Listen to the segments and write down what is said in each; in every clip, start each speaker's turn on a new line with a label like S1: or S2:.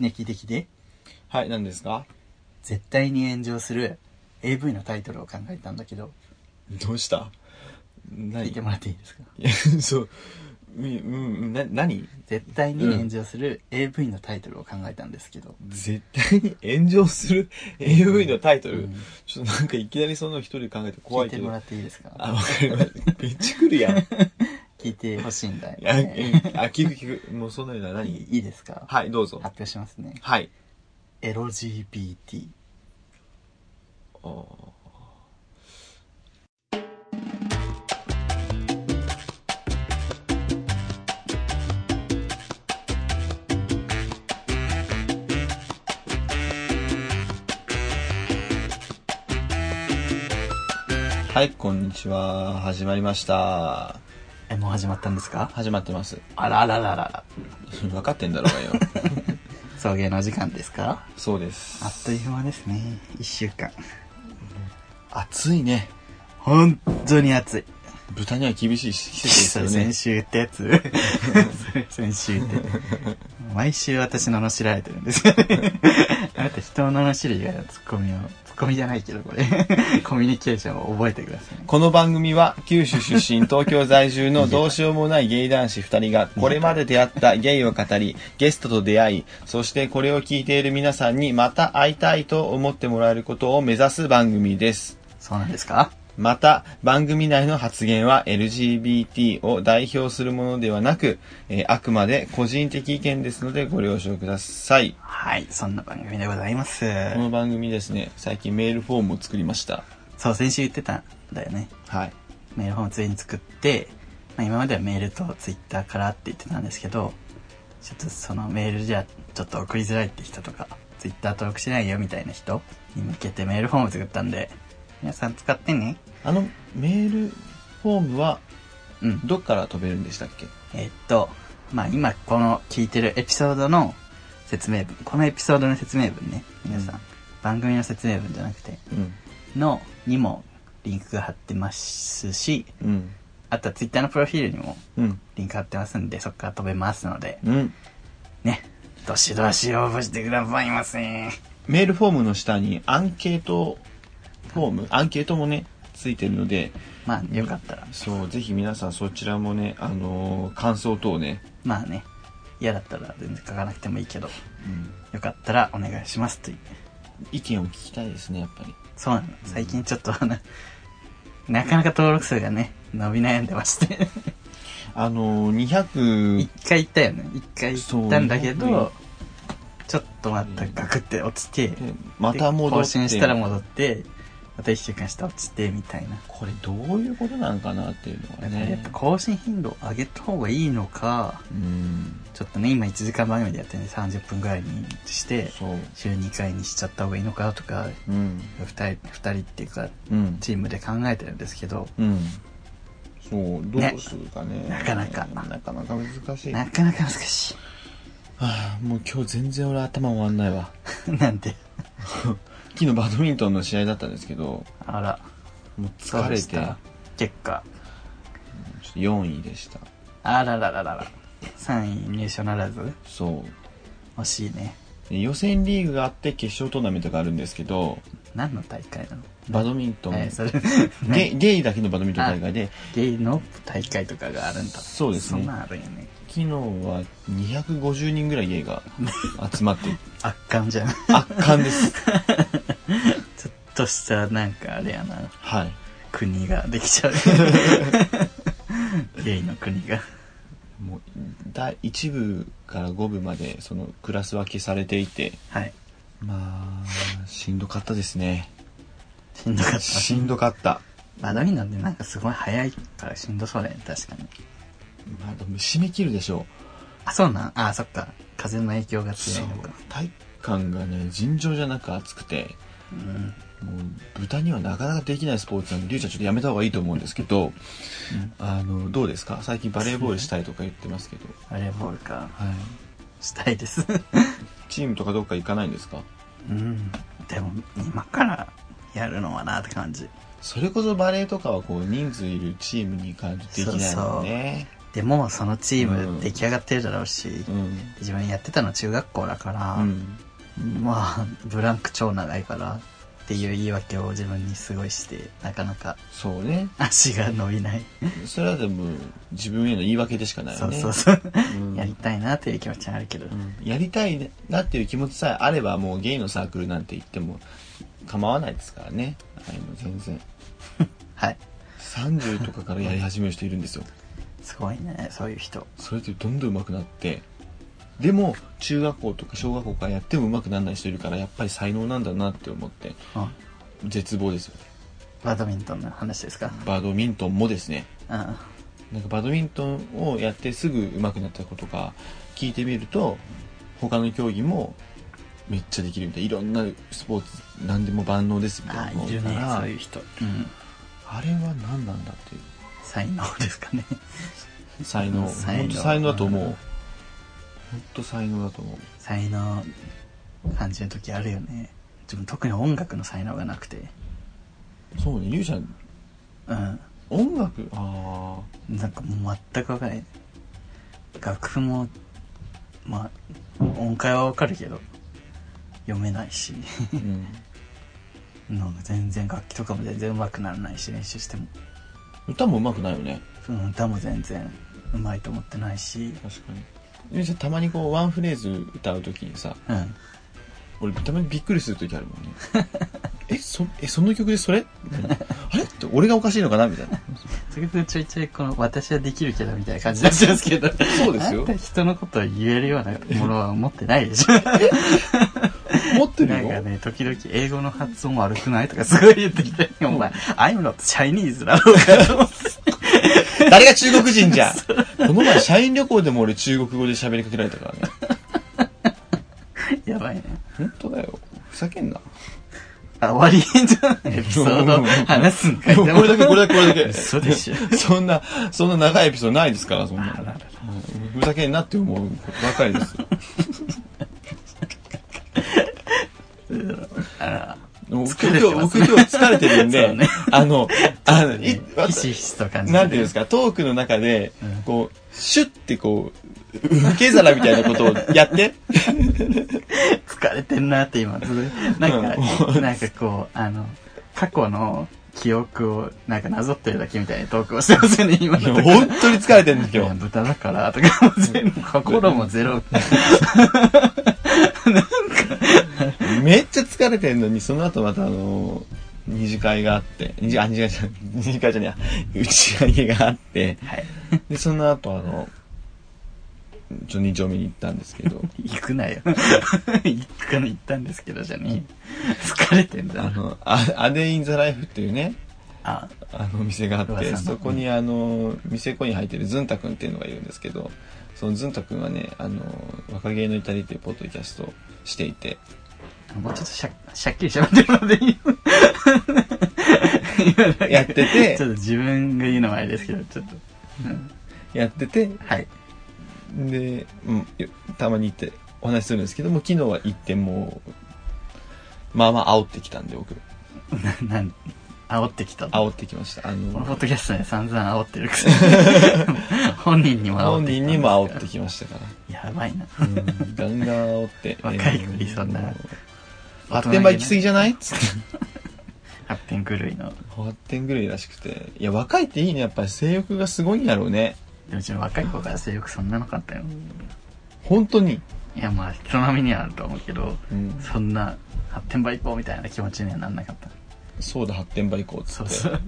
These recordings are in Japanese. S1: ね、聞いて聞いて。
S2: はい、何ですか
S1: 絶対に炎上する AV のタイトルを考えたんだけど、
S2: どうした何
S1: 聞いてもらっていいですか
S2: いや、 そう。みうん、な、何
S1: 絶対に炎上する AV のタイトルを考えたんですけど、
S2: 絶対に炎上する AV のタイトル、
S1: うん
S2: ちょっとなんかいきなりその一人で考えて怖
S1: 聞
S2: い
S1: い
S2: け
S1: て
S2: ど
S1: もらっていいですか
S2: あわかりましためっちゃ来るやんあ
S1: 聞いてほしいんだよ、
S2: あ
S1: ね。
S2: 聞く聞くもうそんなようない何
S1: いいいですか
S2: はいどうぞ
S1: 発表しますね。
S2: はい
S1: エロ GPT。
S2: あーはいこんにちは始まりました
S1: え、もう始まったんですか
S2: 始まってます
S1: あらあらあらあら。
S2: それ分かってんだろうがよ
S1: 送迎の時間ですか
S2: そうです
S1: あっという間ですね。一週間。
S2: 暑いね
S1: 本当に暑い。
S2: 豚には厳しいし季節
S1: そ
S2: で
S1: れ
S2: す
S1: 先週
S2: よね
S1: ってや つそれ先週って。毎週私の罵られてるんですよ ね。あなた人の罵る以外のツッコミを、ツッコミじゃないけどこ れ、コミュニケーションを覚えてくださいね。
S2: この番組は九州出身東京在住のどうしようもないゲイ男子2人がこれまで出会ったゲイを語りゲストと出会いそしてこれを聞いている皆さんにまた会いたいと思ってもらえることを目指す番組です
S1: そうなんですか
S2: また番組内の発言は LGBT を代表するものではなく、えーあくまで個人的意見ですのでご了承ください
S1: はい、そんな番組でございます。
S2: この番組ですね最近メールフォームを作りました
S1: そう、先週言ってたんだよね。
S2: はい
S1: メールフォームついに作って、まあ、今まではメールとツイッターからって言ってたんですけど、ちょっとそのメールじゃちょっと送りづらいって人とか、ツイッター登録しないよみたいな人に向けてメールフォーム作ったんで、皆さん使ってね。
S2: あのメールフォームは
S1: うん。
S2: どっから飛べるんでしたっけ
S1: えーっと、まあ今この聞いてるエピソードの説明文、このエピソードの説明文ね、皆さん、
S2: うん
S1: 番組の説明文じゃなくて、
S2: うん
S1: のにもリンクが貼ってますし、
S2: うん
S1: あとはツイッターのプロフィールにも
S2: うん
S1: リンク貼ってますんで、そこから飛べますので、
S2: うん
S1: ね、どしどし応募してくださいませ。
S2: メールフォームの下にアンケートフォームアンケートもねついてるので
S1: まあ、よかったら、
S2: そうぜひ皆さんそちらもねあのー感想等ね、
S1: まあね、嫌だったら全然書かなくてもいいけど、
S2: うん、
S1: よかったらお願いしますという。
S2: 意見を聞きたいですねやっぱり
S1: そうなの。最近ちょっと、あのなかなか登録数がね、伸び悩んでまして。
S2: あのー、200
S1: 一回行ったよね。一回行ったんだけ
S2: そう
S1: ど、ちょっとまたガクって落ちて、
S2: でまた戻って
S1: で更新したら戻って、また一週間したら落ちて、みたいな。
S2: これどういうことなんかなっていうのが
S1: だからやっ
S2: ね
S1: ぱ更新頻度を上げた方がいいのか、
S2: うん
S1: ちょっとね、今1時間番組でやってるんで30分ぐらいにして、
S2: そう
S1: 週2回にしちゃった方がいいのかとか、
S2: うん
S1: 2人、二人っていうか、
S2: うん
S1: チームで考えてるんですけど、
S2: うんそうどうするかね
S1: なかなか
S2: なかなか難しい
S1: なかなか難し
S2: はあ、もう今日全然俺頭終わんないわ
S1: い。 なんで、
S2: 昨日バドミントンの試合だったんですけど
S1: あら、
S2: もう疲
S1: どう
S2: れ
S1: して
S2: ちょ
S1: た
S2: っ
S1: 結果、
S2: と4位でした
S1: あらららららら、3位入賞ならず、
S2: そう
S1: 惜しいね。
S2: で予選リーグがあって決勝トーナメントがあるんですけど
S1: 何の大会なの
S2: バドミントン、
S1: えーそれ、
S2: ゲイゲイだけのバドミントン大会で
S1: ゲイの大会とかがあるんだ。
S2: そうです
S1: そ
S2: ね
S1: んなんあるよね。
S2: 昨日は250人ぐらいゲ イが集まって
S1: 圧巻じゃん。 ち
S2: 圧巻です
S1: ょっとした、なんかあれやな。
S2: はい
S1: 国ができちゃ うゲイの国が
S2: もう第1部から5部までそのクラス分けされていて
S1: はい
S2: まあしんどかったですね
S1: しんどかった
S2: しんどかった
S1: バドミントンってなんかすごい早いからしんどそうだよね確かに
S2: まあでも締め切るでしょ
S1: あそうなんあそっか風の影響が
S2: う
S1: 強いのか
S2: 体育館がね尋常じゃなく暑くて
S1: うん
S2: もう豚にはなかなかできないスポーツなんでりゅうちゃんちょっとやめた方がいいと思うんですけど、あのどうですか最近バレーボールしたいとか言ってますけど、
S1: バレーボールか
S2: はい、
S1: したいです
S2: チームとかどっか行かないんですか
S1: うんでも今からやるのはなって感じ
S2: それこそバレーとかはこう人数いるチームに行かないとできないもんね
S1: でもそのチー
S2: うん
S1: ム出来上がってるだろうし、
S2: うん。
S1: 自分やってたの中学校だから、
S2: うん。
S1: まあブランク超長いからっていう言い訳を自分にすごいしてなかなか
S2: そうね。
S1: 足が伸びない、
S2: それはでも、自分への言い訳でしかない
S1: そう
S2: よね。
S1: そうそう、
S2: うん
S1: やりたいなっていう気持ちはあるけど、
S2: うんやりたいなっていう気持ちさえあれば、もうゲイのサークルなんて言っても構わないですからね。はい、もう全然。
S1: はい
S2: 30とかからやり始める人いるんですよ。
S1: すごいねそういう人
S2: それってどんどん上手くなって。でも、中学校とか小学校からやっても上手くならない人いるから、やっぱり才能なんだなって思って、
S1: うん
S2: 絶望ですよね。
S1: バドミントンの話ですか
S2: バドミントンもですね。
S1: うん
S2: なんかバドミントンをやってすぐ上手くなった子とか聞いてみると他の競技もめっちゃできるみたいないろんなスポーツ何でも万能ですみた
S1: あ
S2: いなの
S1: いる
S2: か
S1: ね
S2: ら
S1: そういう人うん
S2: あれは何なんだっていう
S1: 才能ですかね
S2: 才能
S1: 才能
S2: 本当才能だと思う本当才能だと思う
S1: 才能感じる時あるよね自分特に音楽の才能がなくて
S2: そうねゆうちゃん
S1: うん
S2: 音楽あ
S1: なんかもう全くわかんない楽譜もまあ音階はわかるけど読めないし
S2: あ、うん、
S1: なんか全然楽器とかも全然上手くならないし練習しても
S2: 歌も上手くないよね
S1: うん歌も全然上手いと思ってないし
S2: 確かにゆうちゃんたまにこうワンフレーズ歌う時にさ
S1: うん
S2: 俺たまにびっくりする時あるもんね えそえその曲で それみたいなあれって俺がおかしいのかなみたいな
S1: 時々ちょいちょいこの私はできるけどみたいな感じ出しますけど
S2: そうですよ
S1: あんた人のことを言えるようなものは持ってないでしょ
S2: 持って
S1: な
S2: る
S1: ん
S2: よ、
S1: かね時々英語の発音悪くないとかすごい言ってきて「お前 I'm not Chinese だろうか」と思って
S2: 誰が中国人じゃ んこの前社員旅行でも俺中国語で喋りかけられたからね
S1: やばいね
S2: 本当だよふざけんな
S1: あ終わりじゃないエピソー ド話すんかい
S2: これだけこれだけこれだけ
S1: 嘘でしょ
S2: そんなそんな長いエピソードないですからそんな
S1: あららら
S2: うんふざけんなって思うことばか りですよ
S1: あら
S2: もう僕
S1: 疲れて
S2: 今日
S1: ます
S2: 僕今日疲れてるん
S1: そ
S2: で、
S1: うね
S2: あのあ のい
S1: ねひしひしと感じ
S2: なんていうんです
S1: か
S2: か、トークの中で、こう、シュッてこう、受け皿みたいなことをやって。
S1: 疲れてんなって今すごいなん
S2: う
S1: かなんかこうあの過去の記憶をなんかなぞってるだけみたいなトークをしてますよね今のとこ
S2: 本当に疲れてるんです
S1: いや
S2: よ。
S1: 豚だからとかも全 部心もゼロ
S2: めっちゃ疲れてるのに、その後またあの、二次会があって、二次あ二次会じゃない、二次会じゃねえや、打ち上げがあって、
S1: はい
S2: で、その後あの、ちょ、二丁目に行ったんですけど、
S1: 行くなよ行くの行ったんですけどじゃねえ疲れてんだ
S2: あ
S1: な
S2: の、あアデイン・ザ・ライフっていうね、
S1: あ
S2: あのお店があっ
S1: 噂
S2: て
S1: の
S2: そこにあの店子に入ってるズンタ君っていうのがいるんですけどそのズンタ君はねあの若芸の至りっていうポッドキャストをして いて
S1: もうちょっとしゃしゃっきりしゃべってるので今
S2: やってて
S1: ちょっと自分が言うのもあれですけどちょっと
S2: やってて
S1: はい
S2: で、うん、よたまに行ってお話しするんですけども昨日は行ってもうまあまあ煽ってきたんで僕
S1: な なん煽ってきたの
S2: 煽ってきましたあ
S1: このポ
S2: の
S1: ッドキャストで散々煽ってるく せに本人にも煽
S2: 本
S1: ってきた
S2: 人
S1: ん
S2: にも煽っ
S1: で
S2: て
S1: す
S2: きましたから
S1: からやばいな
S2: うんガンガン煽って
S1: 若い子にそんな
S2: もう発展場行き過ぎじゃないつって
S1: 発展狂いの
S2: 8点ぐらいらしくていや若いっていいねやっぱり性欲がすごいんだろうね
S1: でもうちの若い子から性欲そんなのかったよ
S2: 本当に、
S1: いやまあ人並みにはあると思うけど
S2: うん、
S1: そんな発展場行こうみたいな気持ちにはなんなかった
S2: そうだ8点場行こうっつ
S1: そ
S2: っ
S1: う
S2: て
S1: そう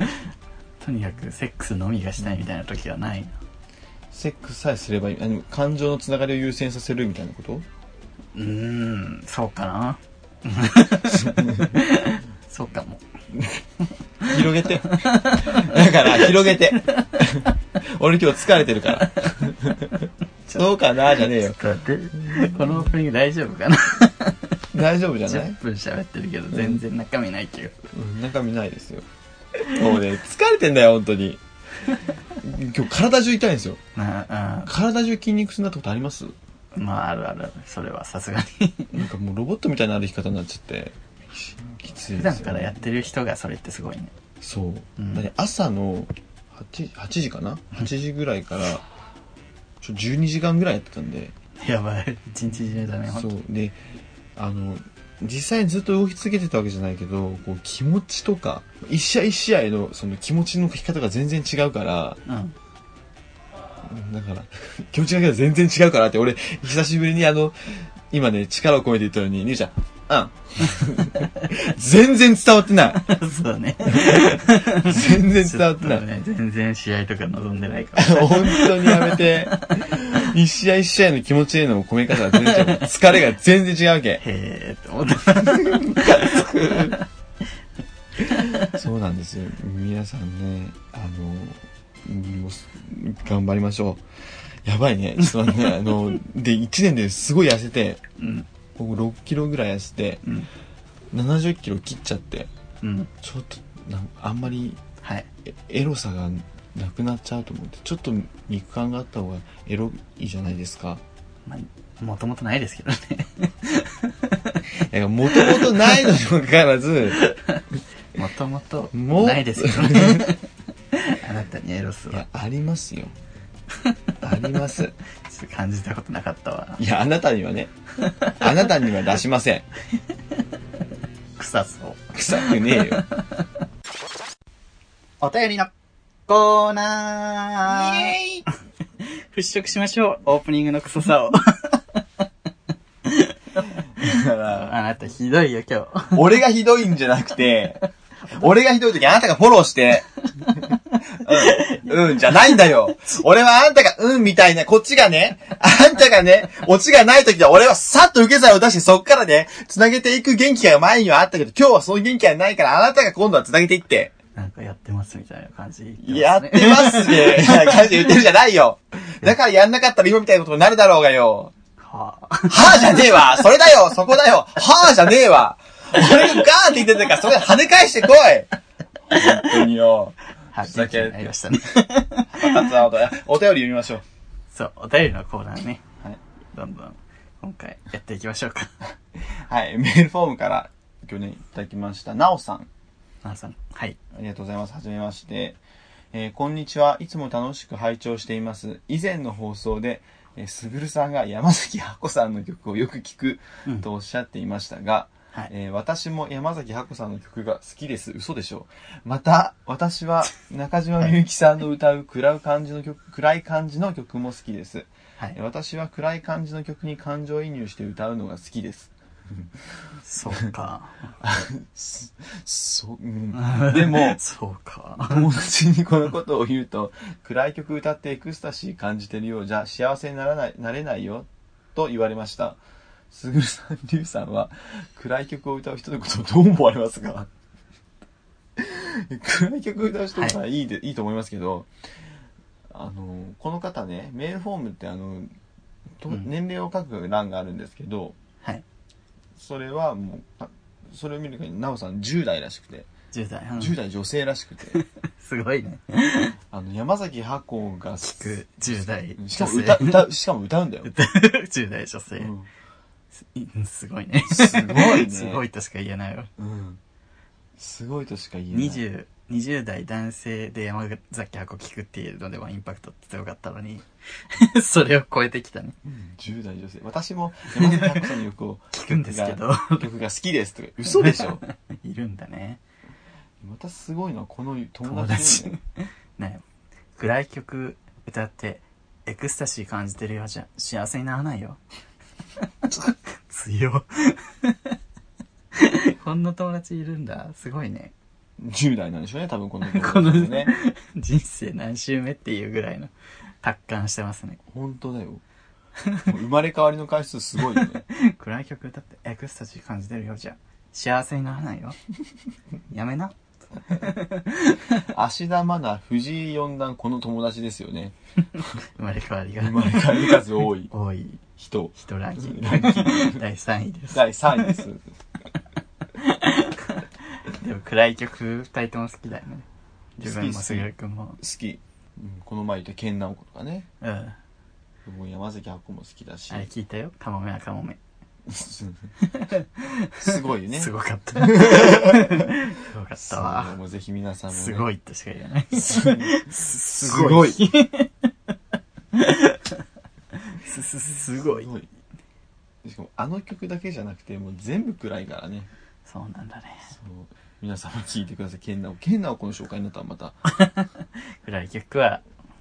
S1: とにかくセックスのみがしたいみたいな時はないな
S2: セックスさえすればいいあの感情のつながりを優先させるみたいなこと
S1: うーんそうか なそうかも
S2: 広げて だから広げて 俺今日疲れてるから そうかなじゃねえ
S1: ちょ
S2: よ
S1: っと待ってこのオープニング大丈夫かな
S2: 大丈夫じゃない
S1: 10分喋ってるけど全然中身ないけど、
S2: うん中身ないですよもうね疲れてんだよ本当に今日体中痛いんですよ
S1: なあ
S2: 体中筋肉痛になったことあります
S1: あまああるあるあるそれはさすがに
S2: なんかもうロボットみたいな歩き方になっちゃって、きつ
S1: 普
S2: いで
S1: 段
S2: すよ、
S1: からやってる人がそれってすごいね
S2: そう。
S1: うん
S2: だって朝の8、8時かな ?8 時ぐらいから、ちょ12時間ぐらいやってたんで
S1: やばい。一日中だね、ほん
S2: そ
S1: と。
S2: うであの実際ずっと動き続けてたわけじゃないけどこう気持ちとか一試合一試合のその気持ちの書き方が全然違うから
S1: うん。
S2: だから 気持ちの書き方全然違うからって俺久しぶりにあの今ね力を込めて言ったのにニューちゃんうん 全然伝わってない
S1: そうだね。
S2: 全然伝わってな
S1: そう
S2: い
S1: だね全然試合とか望んでないから。
S2: 本当にやめて。一試合一試合の気持ちへの込め方が全然違う。疲れが全然違うわけ。
S1: へーって思った。
S2: そうなんですよ。皆さんね、あの、もうす頑張りましょう。やばいね。ちょっと待って ね、あの、で、1年ですごい痩せて、
S1: うん。
S2: 僕6キロぐらい痩せて、
S1: うん。
S2: 70キロ切っちゃって、
S1: うん。
S2: ちょっと、なんあんまり
S1: はい。
S2: エエロさがなくなっちゃうと思って、ちょっと肉感があった方がエロいじゃないですか。
S1: まあ、もともとないですけどね。
S2: いや、もともとないのにもかかわらず、
S1: もともと
S2: もう
S1: ないですけどね。 あなたにエロス
S2: い
S1: は
S2: や、ありますよ。あります。
S1: ちょっと感じたことなかったわ。
S2: いや、あなたにはね、あなたには出しません。
S1: 臭そう。
S2: 臭くねえよ。
S1: お便りのコーナー払拭しましょう。オープニングの臭さを。あなたひどいよ、今日。
S2: 俺がひどいんじゃなくて、俺がひどい時あなたがフォローして、うん、うん、じゃないんだよ。俺はあんたがうんみたいな、こっちがね、あんたがね、オチがない時は俺はさっと受け皿を出してそっからね、繋げていく元気が前にはあったけど、今日はその元気がないからあなたが今度は繋げていって。
S1: なんかやってますみたいな感じ、
S2: やってますね。みたいな感じで言ってるじゃないよ。だからやんなかったら今みたいなことになるだろうがよ。
S1: はあ、
S2: はぁじゃねえわそれだよそこだよはぁじゃねえわ俺がガーンって言ってんだから、それ跳ね返してこい本当によ。
S1: は
S2: ふざけ
S1: い、なりましたね。
S2: 腹立つなことお便り読みましょう。
S1: そう、お便りのコーナーね。
S2: はい。
S1: どんどん、今回やっていきましょう か。
S2: はい、メールフォームから去年いただきました、なおさん。
S1: なおさん、はい。
S2: ありがとうございます。はじめまして。えーこんにちは。いつも楽しく拝聴しています。以前の放送で、えーすぐるさんが山崎ハコさんの曲をよく聞く
S1: うん
S2: とおっしゃっていましたが、
S1: はい
S2: えー私も山崎ハコさんの曲が好きです。嘘でしょまた、私は中島みゆきさんの歌う暗い感じの曲、暗い感じの曲も好きです。
S1: は
S2: えー
S1: い。
S2: 私は暗い感じの曲に感情移入して歌うのが好きです。
S1: そう か。、
S2: すそう、うん、でも
S1: そうか。
S2: 友達にこのことを言うと暗い曲歌ってエクスタシー感じてるようじゃ幸せにならないなれないよと言われましたすぐるさんりゅうさんは暗い曲を歌う人のことをどう思われますか 暗い曲を歌う人はいいで、い、いと思いますけどあのこの方ねメールフォームってあの、と
S1: うん
S2: 年齢を書く欄があるんですけど
S1: はい。
S2: それはもうあそれを見る限りなおさん10代らしくて
S1: 10代。うん
S2: 10代女性らしくて
S1: すごいね。
S2: あの、山崎箱が、
S1: 聞く10代
S2: しか
S1: 女性。
S2: も歌、歌う、しかも歌うんだ よ。
S1: 10代女性
S2: う。ん
S1: うんすごいね。
S2: すごい ね
S1: すごいとしか言えないわ。
S2: うん。すごいとしか言えない。
S1: 20、20代男性で山崎箱聞くっていうのではインパクト強かったのに、 それを超えてきたね。
S2: うん10代女性。私も山崎箱さんの曲を
S1: 聞くんですけど、
S2: 曲が好きですとか、嘘で しょ
S1: いるんだね。
S2: またすごいのはこの友
S1: 友
S2: 達
S1: 達
S2: なのよ。。
S1: ね暗い曲歌って、エクスタシー感じてるようじゃ幸せにならないよ。強。こんな友達いるんだ。すごいね。
S2: 10代なんでしょうね、多分この
S1: この
S2: 友達ね。
S1: 人生何周目っていうぐらいの達観してますね。
S2: 本当だよ。もう生まれ変わりの回数すごいよ ね。
S1: 暗い曲歌ってエクスタシー感じてるようじゃ幸せにならないよやめな
S2: 芦田愛菜、藤井四段、この友達ですよね。
S1: 生まれ変わりが
S2: 生まれ変わりの数多い
S1: 多い
S2: 人。
S1: 人ランキング
S2: ランキ
S1: 第3位です
S2: 第3位です。
S1: でも暗い曲2人とも好きだよね 自分
S2: 好
S1: も
S2: き
S1: すぐるくんも
S2: 好き、うんこの前言ったケンナオコとかね
S1: うん
S2: もう山崎箱も好きだし
S1: あれ聞いたよカモメはカモメ、
S2: すごいよね
S1: す
S2: ご
S1: ごかった すごかったわ
S2: もうぜひ皆さんも、ね、
S1: すごいとしか言えない
S2: す
S1: す
S2: すごい
S1: すすごい
S2: すごいしかもあの曲だけじゃなくてもう全部暗いからね
S1: そうなんだね
S2: そう皆さんも聞いてくださいケンナをケンナをこの紹介になったらまた、
S1: 暗い曲は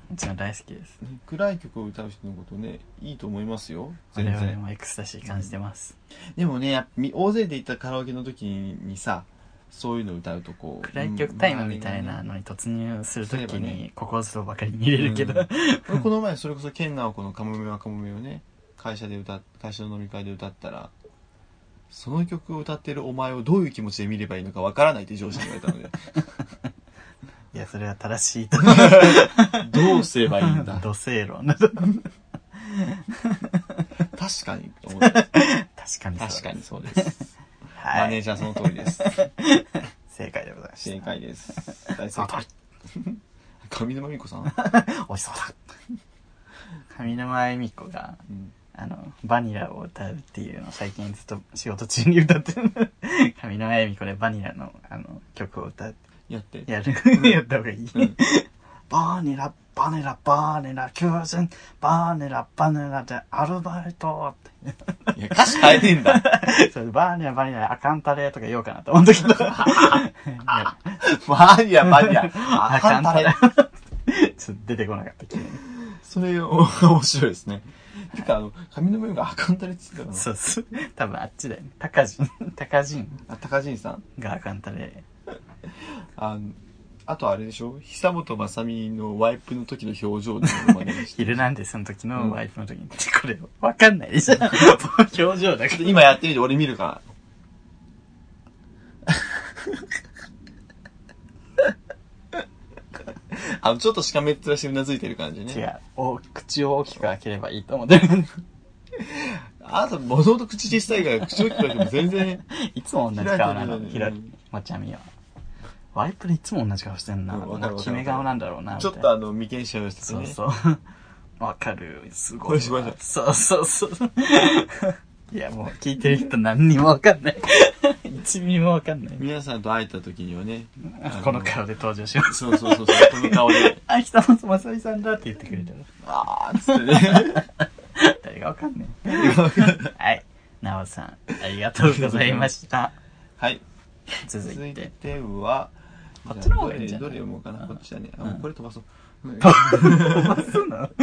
S1: うちの大好きです
S2: ね暗い曲を歌う人のことねいいと思いますよ
S1: 我
S2: 全
S1: 々
S2: 然
S1: もエクスタシー感じてます、
S2: でもねやっぱみ大勢で行ったカラオケの時にさそういうの歌うとこう
S1: 暗い曲タイムみたいなのに突入すると
S2: そ
S1: き
S2: ういえばね
S1: にここぞとばかりに入れるけど、
S2: うん俺この前それこそケンナオコの「カモメはカモメ」をね会社で歌っ会社の飲み会で歌ったらその曲を歌ってるお前をどういう気持ちで見ればいいのかわからないって上司に言われたので
S1: いやそれは正しいと
S2: どうすればいい んだ
S1: 土
S2: 確
S1: 星論だと確
S2: かにと思って
S1: かにそう
S2: 確かにそうです、マ
S1: は
S2: ネー
S1: い
S2: ジャーその通りです
S1: 正解でございました
S2: 正解です大
S1: そう
S2: 正
S1: だ
S2: 解上沼恵美子さん、
S1: おいしそうだ上沼恵美子が
S2: うん
S1: あのバニラを歌うっていうのを最近ずっと仕事中に歌 ってる上沼恵美子でバニラのあの曲を歌って
S2: やって
S1: やる、やった方がいい、
S2: うん
S1: バニラバニラバニラ求人バニラバニラでアルバイトっ
S2: いや歌詞変えてんだ
S1: て それでバニラバニラアカンタレとか言おうかなと思ったけどいや
S2: マニアマニア
S1: ア
S2: あ
S1: カ
S2: か
S1: ン
S2: ん
S1: タ
S2: た
S1: レ
S2: れ
S1: ちょっと出てこなかった急に
S2: それお面白いですねてかあの上沼恵美子あかんたれって言ってたかな
S1: そうそう多分あっちだよね高人高人
S2: あ高人さん
S1: がアカンタレ
S2: あのあとあれでしょ久本雅美のワイプの時の表情でも真似し
S1: 「
S2: て
S1: ヒルナンデス」の時
S2: う
S1: の
S2: ん
S1: ワイプの時に、 これわかんないでしょ 表情だけど
S2: 今やってみて俺見 るからあのちょっとしかめっ面してうなずいてる感じ
S1: 違
S2: ね
S1: うお口を大きく開ければいいと思ってる
S2: あなたもともと口小さいから口大きくなっても 全然
S1: いつも同じ顔なの
S2: 開い
S1: ひ
S2: て
S1: ろ
S2: るよね
S1: もちゃみはワイプでいつも同じ顔してんな、
S2: うんわかるわかる
S1: 決め顔なんだろうなみ
S2: ち
S1: た
S2: ょ
S1: い
S2: っ
S1: な
S2: とあの眉間しちゃいました
S1: そ
S2: ね
S1: うそう わかるすご
S2: こ
S1: い
S2: れ
S1: わ
S2: しましょう
S1: そうそうそう いやもう聞いてる人何にもわかんない 一ミリもわかんない
S2: 皆さんと会えた時にはねあ
S1: この顔で登場します
S2: そうそうそうそうこの顔で
S1: あ北本まさみさんだって言ってくれたら
S2: ああっつってね
S1: 誰がわかんねえはいなおさんありがとうございました
S2: はい
S1: 続
S2: 続
S1: い
S2: い
S1: て
S2: ては
S1: こっちの方がいいんじゃない
S2: どれどれ読もうかなこっちだねあ
S1: うん
S2: もうこれ飛ばそう
S1: 飛ばすのありがとう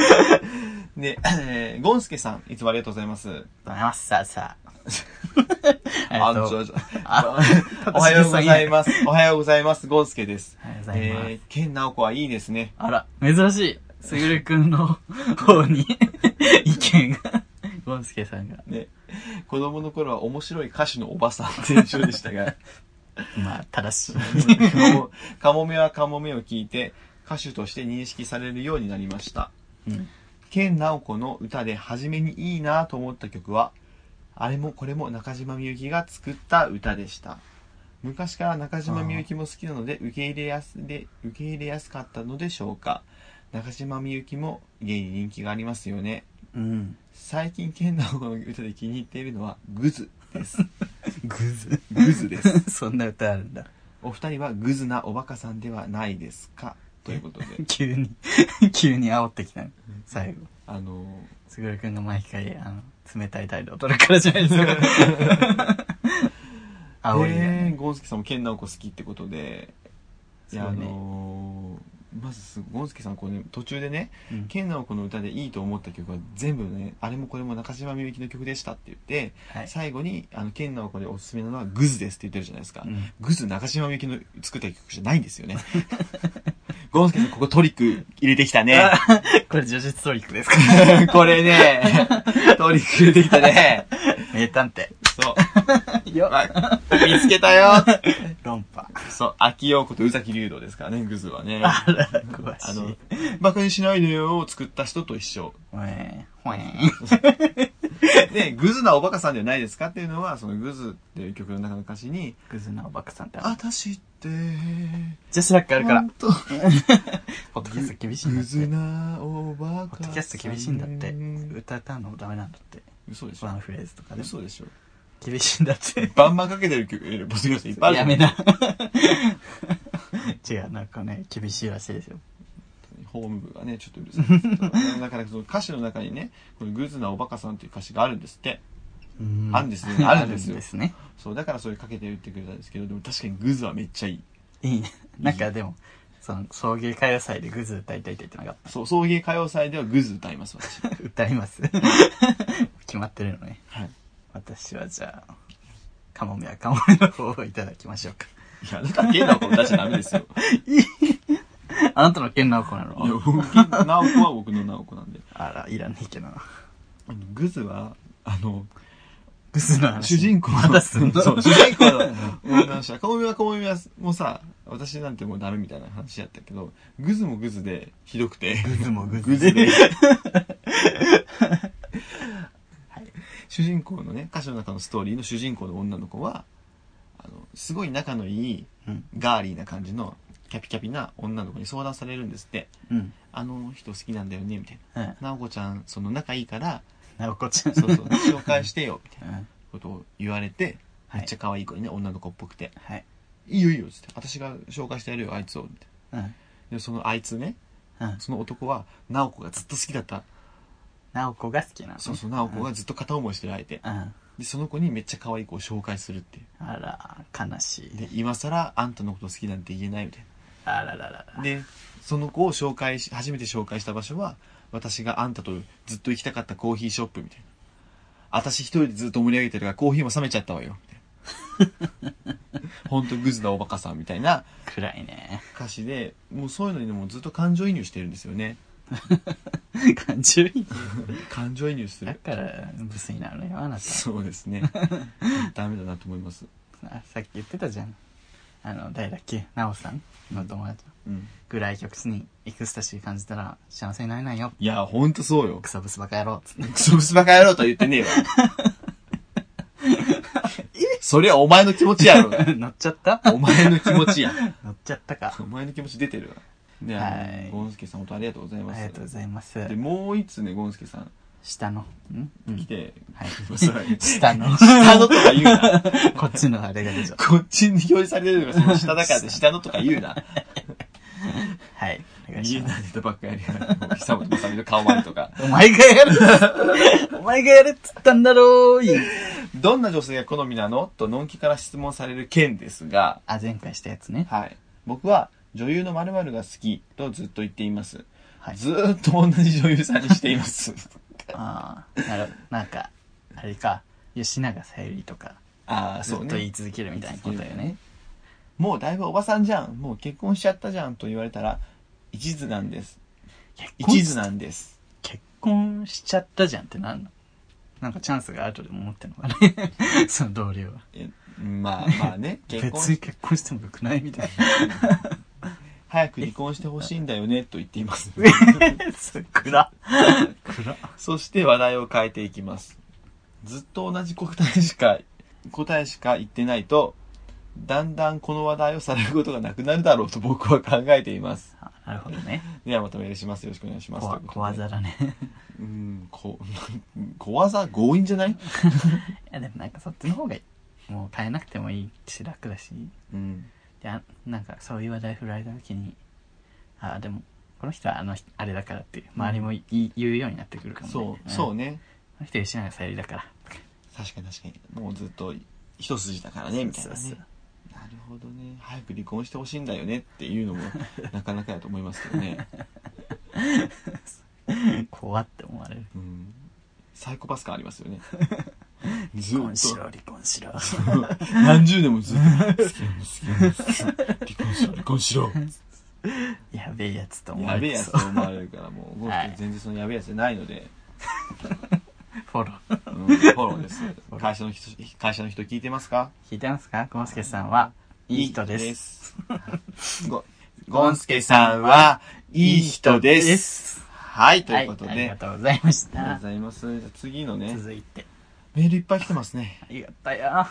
S2: で、えー、ゴンスケさんいつもありがとうございます
S1: ございますさあさ あ
S2: あ
S1: えっと
S2: ちょちょ
S1: あ
S2: おはようございますおはようございますゴンスケです
S1: おはようございます
S2: えー、ケンナオコはいいですね
S1: あら、珍しい。すぐるくんの 方に 意見が、ゴンスケさんが。
S2: ね子供の頃は面白い歌手のおばさんって印象でしたが
S1: まあ、正しい。
S2: カモメはカモメを聞いて歌手として認識されるようになりました
S1: うん
S2: ケンナオコの歌で初めにいいなと思った曲は、あれもこれも中島みゆきが作った歌でした。昔から中島みゆきも好きなので受け入れやすで受け入れやすかったのでしょうか。中島みゆきも芸に人気がありますよね。
S1: うん。
S2: 最近ケンナオコの歌で気に入っているのはグズです。
S1: グズ。
S2: グズです。
S1: そんな歌あるんだ。
S2: お二人はグズなおバカさんではないですかということで、
S1: 急に、 急に煽ってきたの。最後。
S2: あの ー
S1: すぐるくんが毎回、あの、冷たい態度を取るからじゃないですか。 煽りがね。
S2: ねゴンスケさんも剣直子好きってことで、いや
S1: そ
S2: あ
S1: うね
S2: のーまずすゴンスケさんこう、ね、途中でね
S1: うん
S2: 剣直子の歌でいいと思った曲は全部ねあれもこれも中島みゆきの曲でしたって言って、
S1: はい
S2: 最後にあの剣直子でおすすめなのは「グズです」って言ってるじゃないですか、
S1: うん
S2: グズ中島みゆきの作った曲じゃない んですよねゴンスケさんここトリック入れてきたね
S1: これ、叙述トリックですか
S2: これね トリック入れてきたね
S1: 名探偵。
S2: そう
S1: よ
S2: あ見つけたよ
S1: 論破。
S2: そう、秋陽子と宇崎竜道ですからね、グズはね。
S1: あ
S2: あ
S1: ら、詳し
S2: の
S1: い。、
S2: バカにしないでよを作った人と一 緒。
S1: ほえー、ほえー。
S2: で、グズなおバカさんではないですかっていうのは、そのグズっていう曲の中の歌詞に、
S1: グズなおばくさんってある。
S2: あたしって、
S1: ジャスラックあるから。
S2: 本当
S1: ポッドキャスト厳しいんだ
S2: グ
S1: って
S2: ズ。なおバ
S1: ポ
S2: カ
S1: ッドキャスト厳しいんだって。歌歌うのもダメなんだって。
S2: 嘘でしょ
S1: ワンフレーズとかでも。
S2: 嘘でしょ
S1: 厳しいんだ って。
S2: バンバンかけてる曲、ポッドキャストいっぱいあ
S1: や
S2: る
S1: めな。違う、なんかね、厳しいらしいですよ。
S2: 法務部がね、ちょっとうるさい ですけどだからその歌詞の中にね、このグズなおバカさんという歌詞があるんですって。
S1: うん
S2: あるんですねあるんですよ
S1: ね。
S2: そう、だからそれかけて言ってくれたんですけど、でも確かにグズはめっちゃいい。
S1: いいね。なんかでも、その、送迎歌謡祭でグズ歌いたいって言ってなかっ
S2: そう、送迎歌謡祭ではグズ歌います、私。
S1: た。 歌います決まってるのね。
S2: はい。
S1: 私はじゃあ、カモメはカモメの方をいただきましょうか。
S2: いや、だから、ゲイな子出しちゃダメですよ。
S1: あなたの剣の 子ない
S2: や、
S1: の
S2: 僕、ナオコは僕のナオコなんで。
S1: あら、いらねえけどな。
S2: あのグズは、あの、
S1: グズの話。
S2: 主人公
S1: まだすんの
S2: そう、主人公の女の人は、かもみはかもみは、もうさ、私なんてもうダメみたいな話やったけど、グズもグズで、ひどくて。
S1: グズもグズ
S2: グズで。主人公のね、歌詞の中のストーリーの主人公の女の子は、あの、すごい仲のいい、
S1: うん。
S2: ガーリーな感じの、キャピキャピな女の子に相談されるんですって。
S1: うん。
S2: あの人好きなんだよね、みたい
S1: うん。
S2: な。なおこちゃん、その仲いいから、
S1: なおこちゃん。
S2: そう そう、紹介してよ、みたいな。
S1: うん。
S2: ことを言われて、
S1: はい
S2: めっちゃ可愛い子にね、女の子っぽくて、
S1: はい。
S2: いいよいいよ、つって、私が紹介してやるよ、あいつを、みたい
S1: うん。
S2: な。で、そのあいつね、
S1: うん。
S2: その男は、ナオコがずっと好きだった。
S1: なおこが好きなの。
S2: そうそう、ナオコがずっと片思いしてる相手。
S1: うん。うん。
S2: で、その子にめっちゃ可愛い子を紹介するってい
S1: あら、悲し
S2: う。
S1: い。
S2: で、今更、あんたのこと好きなんて言えない、みたい
S1: あらららら
S2: な。。で、その子を紹介し、初めて紹介した場所は、私があんたとずっと行きたかったコーヒーショップみたいな。私一人でずっと盛り上げてるから、コーヒーも冷めちゃったわよ。みたいなほんとグズなおバカさんみたいな
S1: 暗いね。
S2: 歌詞でもうそういうのにもうずっと感情移入してるんですよね
S1: 感情移入
S2: 感情移入す
S1: だ
S2: る
S1: から、ブスになるのよ、あなた。
S2: そうですねダメだなと思います
S1: あさっき言ってたじゃん。あの、誰だっけなおさんの友達
S2: うん
S1: ぐらい曲にエクスタシー感じたら幸せになれないよ。
S2: いやほんとそうよ
S1: クソブスバカ野郎。つって。
S2: クソブスバカ野郎とは言ってねえわそりゃお前の気持ちやろ
S1: 乗っちゃった
S2: お前の気持ちや
S1: 乗っちゃったか。
S2: お前の気持ち出てるわね
S1: はい
S2: ゴンスケさん本当ありがとうございま
S1: あ
S2: す
S1: りがとうございます
S2: で。もう一つねゴンスケさん
S1: 下の。んう
S2: 来
S1: ん。
S2: て、
S1: はい
S2: それ
S1: 下の。
S2: 下のとか言うな
S1: こっちのあれが出ちゃった。
S2: こっちに表示されてるのがその下だからで下のとか言うな
S1: はい。お願い
S2: 見
S1: し
S2: え
S1: ま
S2: な
S1: す。
S2: いネタばっかやりやがって、久本まさみの顔割りとか。
S1: お前が やるお前がやるっつったんだろーい。
S2: どんな女性が好みなのと、のんきから質問される件ですが、
S1: あ、前回したやつね。
S2: はい。僕は、女優の〇〇が好きとずっと言っています。
S1: はい。
S2: ずーっと同じ女優さんにして います。
S1: ああ、なるほど。なんか、あれか、吉永小百合とか、
S2: ああ、
S1: ずっ
S2: そう
S1: と言い
S2: ね。
S1: 続けるみたいなことよね。
S2: もうだいぶおばさんじゃん。もう結婚しちゃったじゃんと言われたら、一途なんです。一途なんです。
S1: 結婚しちゃったじゃんってなんのなんかチャンスがあるとでも思ってんの かねその同僚は。
S2: え まあまあね、結婚
S1: 別に
S2: し
S1: 結婚してもよくないみたい
S2: 早く離婚してほしいんだよねと言っています。
S1: な。 そう暗。暗。
S2: そして話題を変えていきます。ずっと同じ答えしか、答えしか言ってないと、だんだんこの話題をされることがなくなるだろうと僕は考えています。
S1: あなるほどね。
S2: ではまたメールします。よろしくお願いします。
S1: 小わ
S2: というこ
S1: 小
S2: とで
S1: 技だね。
S2: うん、こ、 小技強引じゃない
S1: いやでもなんかそっちの方がいい。もう変えなくてもいいし楽だし。
S2: うん。
S1: であなんかそういう話題振られた時にあでもこの人はあのあれだからっていう周りもい、言うようになってくるかもね
S2: そう、そう
S1: ね
S2: ね。
S1: この人吉永小百合だから
S2: 確かに確かに。もうずっと一筋だからね、みたいなね。
S1: そうそう
S2: なるほどね。早く離婚してほしいんだよねってい うのも、なかなかやと思いますけどね。
S1: 怖って思われる
S2: うん。サイコパス感ありますよ ね。ず
S1: 離婚
S2: っ
S1: し
S2: と
S1: ろ。離婚しろ
S2: 何十年もずっと、好き好き好き離婚しろ、離婚 しろ。
S1: やべえやつと思わ
S2: や
S1: れ
S2: べえ
S1: て
S2: やつ
S1: そ
S2: と
S1: う
S2: 思われるから、もう、
S1: はい
S2: 全然そのやべえやつじゃないので、
S1: フォロー
S2: うん、フォローです。会社の人、会社の人聞いてますか
S1: 聞いてますかゴンスケさんはいい人です
S2: す。ご、ゴンスケさんは、いい人です。はい、と
S1: は
S2: いう
S1: い
S2: ことで、
S1: ありが
S2: あり
S1: とうございまし
S2: がとう
S1: た
S2: ございます。じゃあ次のね、
S1: 続いて
S2: メールいっぱい来てますね。
S1: ありがたやあ
S2: あ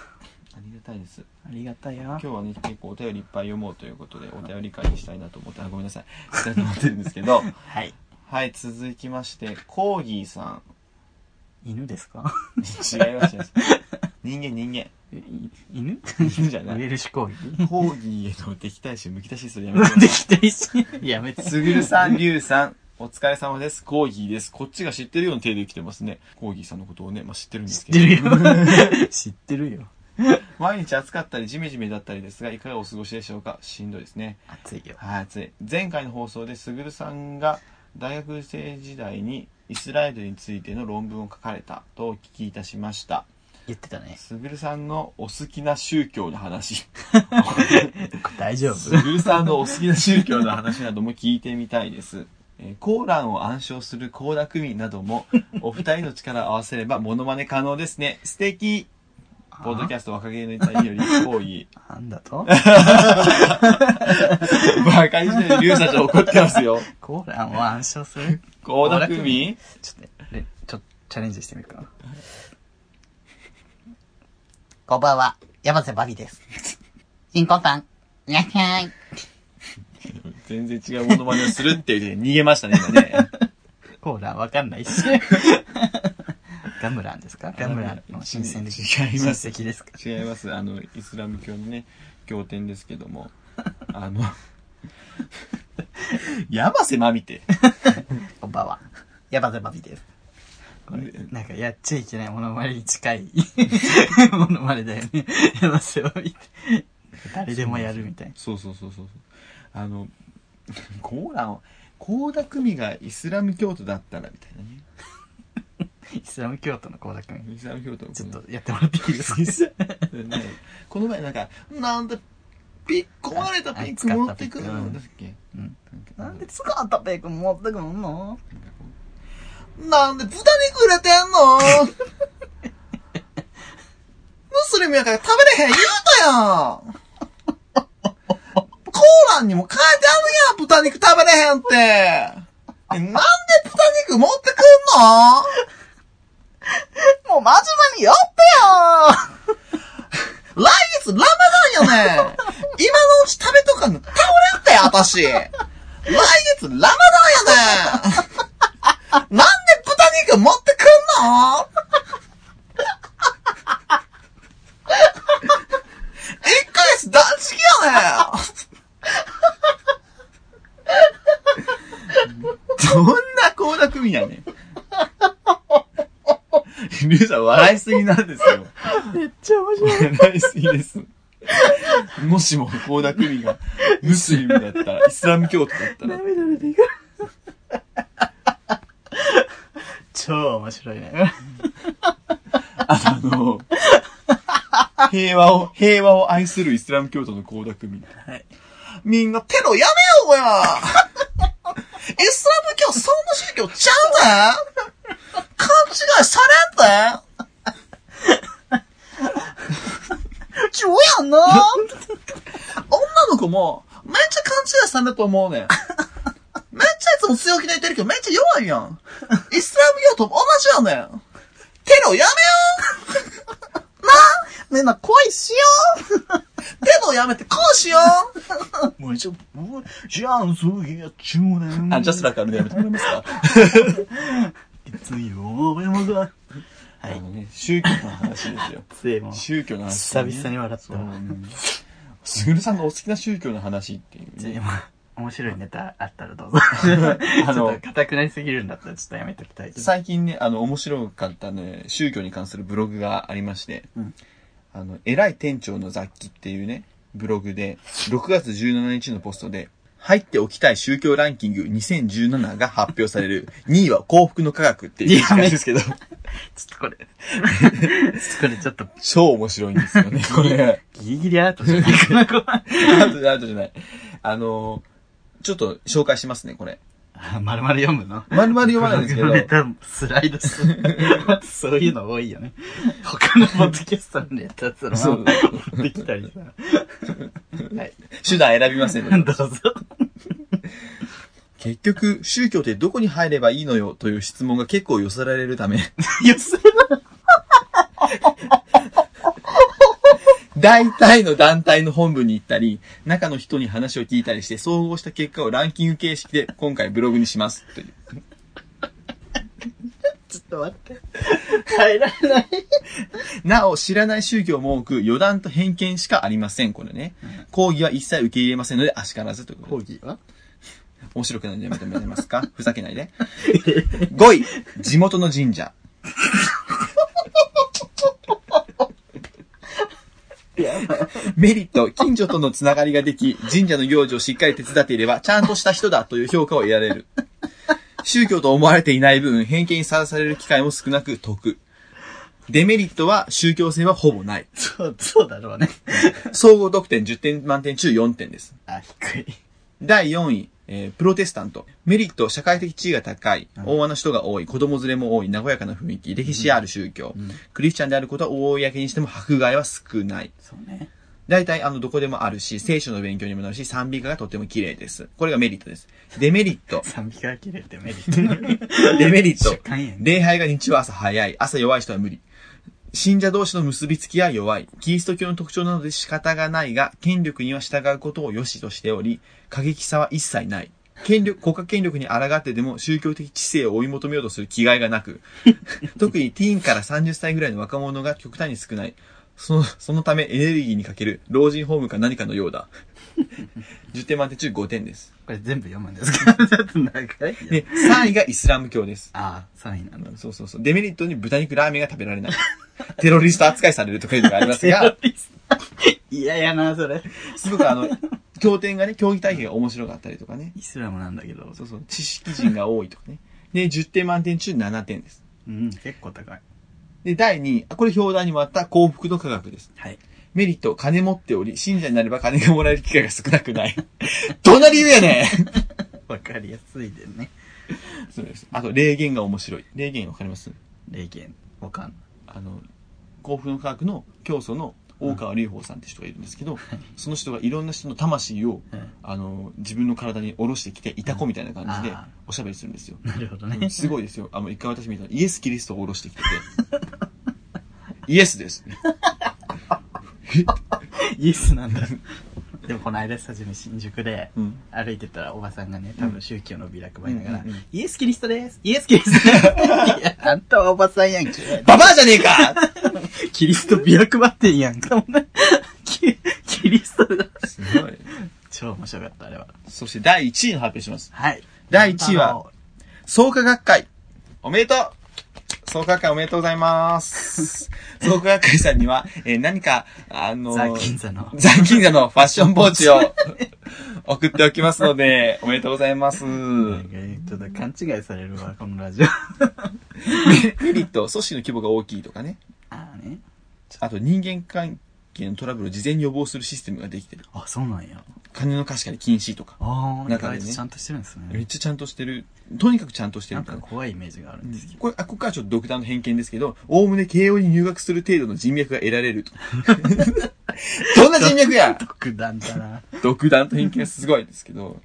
S2: りがたいです。
S1: りがたや
S2: 今日はね、結構お便りいっぱい読もうということで、お便り会にしたいなと思って、あ、ごめんなさい。したいと思ってるんですけ ど、
S1: はい
S2: はい、続きまして、コーギーさん。
S1: 犬ですか
S2: 違いました。人間、人間。
S1: えい犬
S2: 犬じゃな
S1: ウ
S2: い。
S1: エルシュコーギ
S2: 講義への敵対心、無敵対心するやめて
S1: ー。。できたいし。やめて。
S2: すぐるさん、りゅうさん、お疲れ様です。コーギーです。こっちが知ってるような程度に来てますね。コーギーさんのことをね、まあ、知ってるんで
S1: 知
S2: す
S1: っ
S2: けど
S1: て。るよ。知ってるよ。
S2: 毎日暑かったり、ジメジメだったりですが、いかがお過ごしでしょうかしんどいですね。
S1: 暑いよ。
S2: はい、暑い。前回の放送で、すぐるさんが大学生時代にイスラエルについての論文を書かれたとお聞きいたしました。
S1: 言ってたね。
S2: すぐるさんのお好きな宗教 の話。
S1: 大丈夫
S2: すぐるさんのお好きな宗教の話なども聞いてみたいです。えーコーランを暗唱する高楽民なども、お二人の力を合わせればモノマネ可能ですね。素敵ポッドキャスト若気の至りより行為。
S1: なんだと
S2: バカにしないで、リュウ社長怒ってますよ。
S1: コーランを暗唱する
S2: 高楽民
S1: ちょっとね、ちょっとチャレンジしてみるかな。こんばんは、山瀬バビです。新婚さん、いらっしゃい。
S2: 全然違うモノマネをするっていうね、逃げましたね、今ね。
S1: コーランわかんないし。ガムランですかガムランの新鮮で
S2: 違います
S1: 親戚ですか
S2: 違います。あの、イスラム教のね、経典ですけども。あの、山瀬まみて。
S1: こんばんは、山瀬バビです。これ、なんかやっちゃいけないモノマネに近 いモノマネだよね。山瀬バビって。誰でもやるみたいな。
S2: そうそうそうそうそうあの コーラン倖田來未がイスラム教徒だったらみたいなね
S1: イスラム教徒のコーラ君。
S2: イスラム教徒
S1: ちょっとやってもらっていいですか
S2: ねこの前なんかなんだピッコ壊れたピンク
S1: あ
S2: 持ってくるの
S1: 使ったピンク
S2: なんだっけ
S1: うん
S2: な
S1: なん
S2: ん
S1: で
S2: で
S1: 使ったペイ君持ってくんの
S2: なんで豚肉入れてんのムスリムやから食べれへん言うたやんコーランにも書いてあるやん豚肉食べれへんってねなんで豚肉持ってくんの
S1: もう真面目にやってよ
S2: 来月ラマダンやねん今のうち食べとかんの倒れんて、私来月ラマダンやねんなんで豚肉持ってくんの一ヶ月断食やねんどんな高楽組やねん。リュウさん笑いすぎなんですよ。
S1: めっちゃ 面白い。
S2: 笑いすぎです。もしも、高田組が、ムスリムだったら、イスラム教徒だったら、
S1: 涙出てくる。超面白い ね。
S2: あの、平和を、平和を愛するイスラム教徒の高田組。
S1: はい。
S2: みんなテロやめようやイスラム教そんな宗教ちゃうねん勘違いされんて
S1: ちょやんな
S2: 女の子も、めっちゃ勘違いされると思 うねん。めっちゃいつも強気で言ってるけど、めっちゃ弱いやん。イスラム教徒も同じやねん。テロやめよ
S1: みんな恋しよ
S2: うテロやめてこうしよ
S1: う もうちょ、もう、じゃあ、そうやっちゅうね
S2: う
S1: ん
S2: あ、ジャスラックあるのやめてもらえますか
S1: いつよ、俺もが。は
S2: あ
S1: い。
S2: のね、宗教の話ですよ。
S1: ついもう、
S2: 宗教の話、
S1: 久々に笑った
S2: そう
S1: わ。
S2: ね。すぐるさんのお好きな宗教の話っていう、
S1: つ
S2: ね
S1: い。もう、面白いネタあったらどうぞ。
S2: あ
S1: ちょっ
S2: の
S1: と、硬くなりすぎるんだったらちょっとやめときたいけど。
S2: 最近ね、あの、面白かったね、宗教に関するブログがありまして、
S1: うん
S2: あの、偉い店長の雑記っていうね、ブログで、6月17日のポストで、入っておきたい宗教ランキング2017が発表され る、2位は幸福の科学っていう
S1: やめ
S2: ですけど、
S1: ちょっとこれ、ちょっとこれちょっと
S2: 超面白いんですよ ね、これ。
S1: ギリギリアートじゃないかな、これ。
S2: あと、あとじゃない。あの、ちょっと紹介しますね、これ。
S1: あ、丸々読むの
S2: 丸々 読まないんですけど
S1: ブログのネタスライドする。そういうの多いよね。他のポッドキャストのネタその
S2: そ
S1: ま
S2: う
S1: ま持ってきたりさ。はい。
S2: 手段選びませんの
S1: ど
S2: で
S1: うぞ。
S2: 結局、宗教ってどこに入ればいいのよという質問が結構寄せられるため、
S1: よせ
S2: 大体の団体の本部に行ったり、中の人に話を聞いたりして、総合した結果をランキング形式で今回ブログにします。という。ちょっと待って。入らない。なお、知らない宗教も多く、余談と偏見しかありません、これね。講義は一切受け入れませんので、あしからずということ
S1: 講
S2: で。
S1: 義は
S2: 面白くないんでやめてもらえますか ふざけないで。5位、地元の神社。メリット、近所とのつながりができ、神社の行事をしっかり手伝っていれば、ちゃんとした人だという評価を得られる。宗教と思われていない分、偏見にさらされる機会も少なく得。デメリットは宗教性はほぼない。
S1: そう、そうだろうね。
S2: 総合得点10点満点中4点です。
S1: あ、低い。
S2: 第4位、えープロテスタント。メリット、社会的地位が高い。大和の人が多い。子供連れも多い。和やかな雰囲気。歴史ある宗教。クリスチャンであることは公にしても迫害は少ない。
S1: そうね。。
S2: 大体、あの、どこでもあるし、聖書の勉強にもなるし、賛美歌がとても綺麗です。これがメリットです。デメリット
S1: 賛美から切れるデメリット。
S2: デメリット
S1: 主観や。ね
S2: 礼拝が日曜朝早い。朝弱い人は無理。信者同士の結びつきは弱い。キリスト教の特徴なので仕方がないが、権力には従うことを良しとしており、過激さは一切ない。権力、国家権力に抗ってでも宗教的知性を追い求めようとする気概がなく、 特にティーンから30歳ぐらいの若者が極端に少ない。その、そのためエネルギーにかける老人ホームか何かのよ うだ。10点満点中5点です。
S1: これ全部読むんですかちょっ と長いよ。
S2: で、3位がイスラム教です。
S1: ああ、3位なんだ。
S2: そうそうそう。デメリットに豚肉ラーメンが食べられない。 テロリスト扱いされるとかいうのがありま すが、
S1: いやいやな、それ。
S2: すごくあの、経典がね、競技体系が面白かったりとかね。
S1: イスラムなんだけど。
S2: そうそう、知識人が多いとかね。で、10点満点中7点です。
S1: うん、結構高い。
S2: で、第2位、あこれ表題にもあった幸福度科学です。
S1: はい。
S2: メリット、金持っており、信者になれば金がもらえる機会が少なくない。どんな理由やねん
S1: わかりやすいでね。
S2: そうです。あと、霊言が面白い。霊言わかります
S1: 霊言、わかん
S2: あの幸福の科学の教祖の大川隆法さんって人がいるんですけど、その人がいろんな人の魂を、
S1: はい
S2: あの自分の体に下ろしてきていた子みたいな感じで
S1: あー
S2: おしゃべりするんですよ、
S1: なるほど
S2: う
S1: ね。
S2: んすごいですよあの一回私見たらイエス・キリストを下ろしてきてて イエスです
S1: イエスなんだ。でもこの間久しぶりに新宿で
S2: うん、
S1: 歩いてたらおばさんがね、多分宗教のビラ配りながら
S2: うんうんうん、
S1: イエスキリストですイエスキリスト ですいや、あんたはおばさんやんけ。
S2: ババアじゃねえか
S1: キリストビラ配ってんや んか。キキリストだ。
S2: すごい
S1: 超面白かった、あれは。
S2: そして第1位の発表します
S1: はい。
S2: 第一位は創価学会、おめでとう創価学会おめでとうござい ます。創価学会さんには、えー何か、あの
S1: ザキンザの
S2: ザ・キンザのファッションポーチを 送っておきますので、おめでとうございます。
S1: あの、
S2: メ
S1: なんかちょっと勘違いされるわ、このラジオ。
S2: リット、組織の規模が大きいとかね。
S1: ああね。
S2: あと人間関係のトラブルを事前に予防するシステムができてる。
S1: あ、そうなんや。
S2: 金の貸し借り禁止とか。
S1: ああ、
S2: な
S1: 意
S2: んかね
S1: 外とちゃんとしてるんです
S2: めっ
S1: ね。
S2: ちゃちゃんとしてる。とにかくちゃんとして
S1: な
S2: る
S1: ん
S2: みた
S1: か
S2: いな。
S1: 怖いイメージがあるんですけど。
S2: これ、あ、ここからちょっと独断の偏見ですけど、おおむね慶応に入学する程度の人脈が得られ ると。どんな人脈や
S1: 特段だ な。
S2: 独断と偏見がすごいですけど、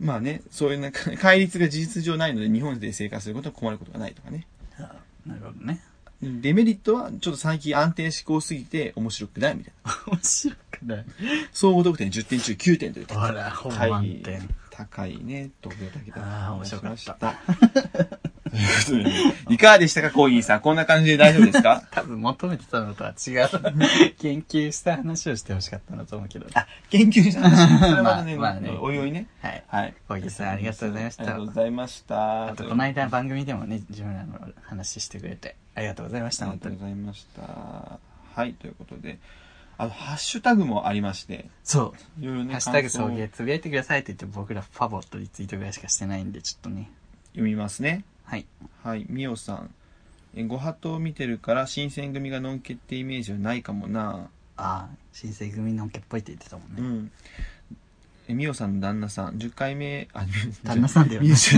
S2: まあね、そういうなんか、戒律が事実上ないので日本で生活することは困ることがないとかね。
S1: あなるほどね。
S2: デメリットは、ちょっと最近安定志向すぎて面白くないみたいな。
S1: 面白くない。
S2: 総合得点10点中9点という
S1: あら、ほぼ満点。
S2: 高いね、得点だけ
S1: あー面白かった
S2: た。ということでね、 いかがでしたか、コーギーさん。こんな感じで大丈夫ですか
S1: 多分求めてたのとは違う。研究した話をしてほしかったなと思うけど。
S2: あ、研究者の話。 それはまたね、
S1: まあまあね
S2: おいおいね。
S1: はい。
S2: はい。
S1: 小木さんありがとうございました
S2: ありがとうございました。
S1: あと、この間番組でもね、自分らの話してくれて、ありがとうございました、
S2: あり
S1: 本
S2: が
S1: 当
S2: とう
S1: に
S2: ご。ざいました。はい、ということで。あの、ハッシュタグもありまして、
S1: そ
S2: いろいろ
S1: う。
S2: ね、
S1: ハッシュタグ
S2: 感想
S1: 送
S2: を
S1: 迎つぶやいてくださいって言って僕らファボとリツイートぐらいしかしてないんで、ちょっとね。
S2: 読みますね。
S1: はい。
S2: はい、みおさん。えご法度を見てるから、新選組がのんけってイメージはないかもな。
S1: ああ、新生組のんけっぽいって言ってたもん
S2: う
S1: ね。
S2: ん。えみおさんの旦那さん、10回目、あ、
S1: 旦那さ んだよ ね
S2: みおさ